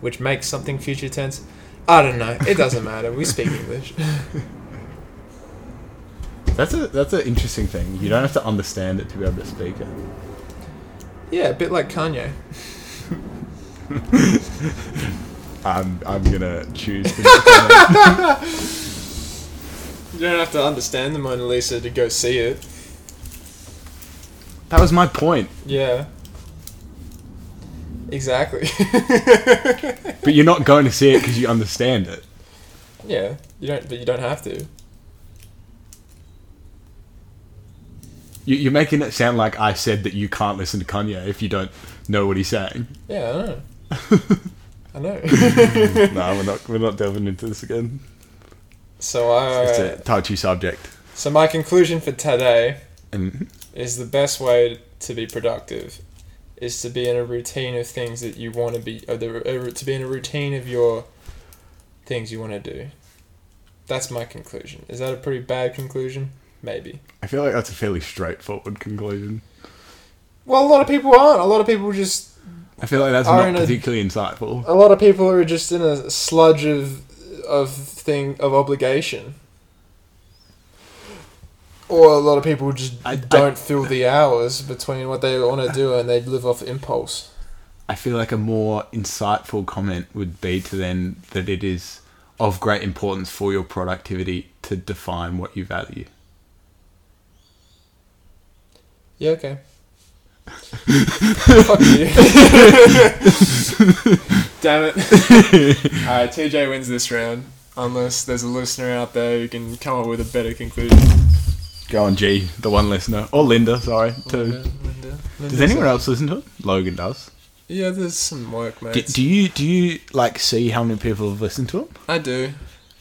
A: which makes something future tense. I don't know. It doesn't matter. We
B: <laughs>
A: speak English.
B: That's a that's an interesting thing. You don't have to understand it to be able to speak it.
A: Yeah, a bit like Kanye.
B: I'm I'm gonna choose.
A: <laughs>
B: To
A: You don't have to understand the Mona Lisa to go see it.
B: that was my point.
A: Yeah. <laughs> Exactly.
B: But you're not going to see it because you understand it.
A: yeah, you don't. But you don't have to.
B: You, you're making it sound like I said that you can't listen to Kanye if you don't know what he's
A: <laughs>
B: saying.
A: Yeah, I know.
B: <laughs>
A: I know.
B: no, we're not we're not delving into this again.
A: so uh, I.
B: It's a touchy subject.
A: So my conclusion for today
B: And
A: is the best way to be productive is to be in a routine of things that you want to be or the, or to be in a routine of your things you want to do. That's my conclusion. Is that a pretty bad conclusion? Maybe.
B: I feel like that's a fairly straightforward conclusion.
A: Well, a lot of people aren't. A lot of people just
B: I feel like that's
A: I
B: not
A: don't know.
B: particularly insightful.
A: a lot of people are just in a sludge of of thing of obligation. Or a lot of people just
B: I- I-
A: don't fill the hours between what they want to do and they live off impulse.
B: I feel like a more insightful comment would be to then that it is of great importance for your productivity to define what you value.
A: Yeah, <laughs> okay. Fuck you. <laughs> Damn it. <laughs> Alright, TJ wins this round. Unless there's a listener out there who can come up with a better conclusion.
B: Go on, G, the one listener. Or Linda, sorry. too. Does anyone else listen to it? Logan does.
A: Yeah, there's some work, mate.
B: Do, do you do you like see how many people have listened to it?
A: I do.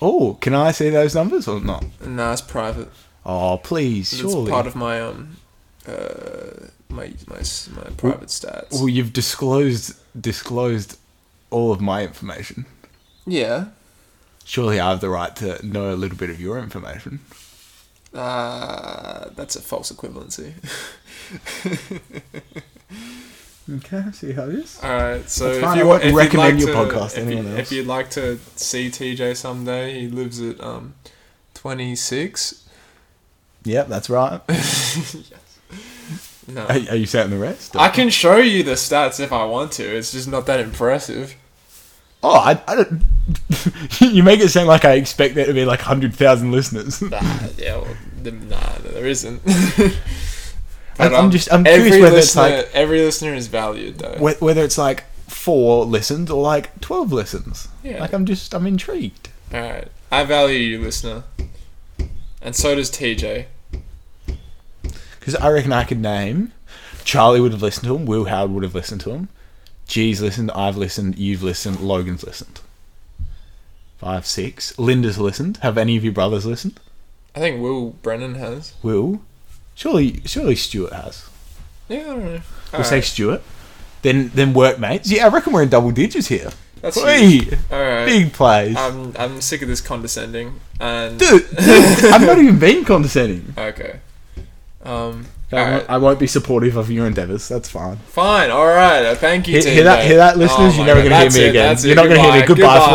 B: Oh, can I see those numbers or not?
A: Nah, it's private.
B: Oh, please,
A: It's
B: surely.
A: part of my um, uh, my my s- my private stats.
B: well, you've disclosed disclosed all of my information.
A: yeah.
B: Surely I have the right to know a little bit of your information.
A: Uh, that's a false equivalency. <laughs>
B: Okay, see how it is.
A: All right, so
B: That's
A: if
B: fine, I
A: you
B: won't
A: want, if you'd
B: recommend
A: like
B: your
A: to-
B: podcast to
A: if,
B: anyone
A: you,
B: else.
A: if you'd like to see TJ someday, he lives at um, twenty six.
B: Yep, that's right. Are,
A: No,
B: <laughs> are you saying the rest? or-
A: I can show you the stats if I want to. It's just not that impressive.
B: Oh, I, I don't. <laughs> you make it sound like I expect there to be like hundred thousand <laughs> listeners.
A: Nah, yeah, well, th- nah, there isn't. <laughs> um,
B: I'm- I'm just- I'm
A: every
B: curious whether it's
A: listener,
B: like-
A: every listener is valued though.
B: Wh- Whether it's like four listens or like twelve listens.
A: Yeah.
B: Like I'm just I'm intrigued.
A: All right. I value you, listener. And so does TJ.
B: Because I reckon I could name Charlie would have listened to him, Will Howard would have listened to him, G's listened, I've listened, you've listened, Logan's listened. Five, six. Linda's listened. Have any of your brothers listened?
A: I think Will Brennan has.
B: Will? Surely, surely Stuart has.
A: Yeah, I don't know.
B: We'll say Stuart. Then, then workmates. Yeah, I reckon we're in double digits here.
A: That's Um,
B: Oi!
A: All right.
B: Big plays.
A: I'm I'm sick of this condescending and
B: dude, dude, I'm not even
A: <laughs>
B: being condescending.
A: okay. Um.
B: I,
A: all
B: won't,
A: right.
B: I won't be supportive of your endeavours. That's fine.
A: Fine. All right. uh, Thank you.
B: Hear,
A: team
B: hear that,
A: mate.
B: hear that, listeners?
A: Oh
B: You're
A: my
B: never
A: God,
B: going to hear
A: that's
B: me
A: it,
B: again.
A: that's it,
B: You're not going to hear me. Goodbye,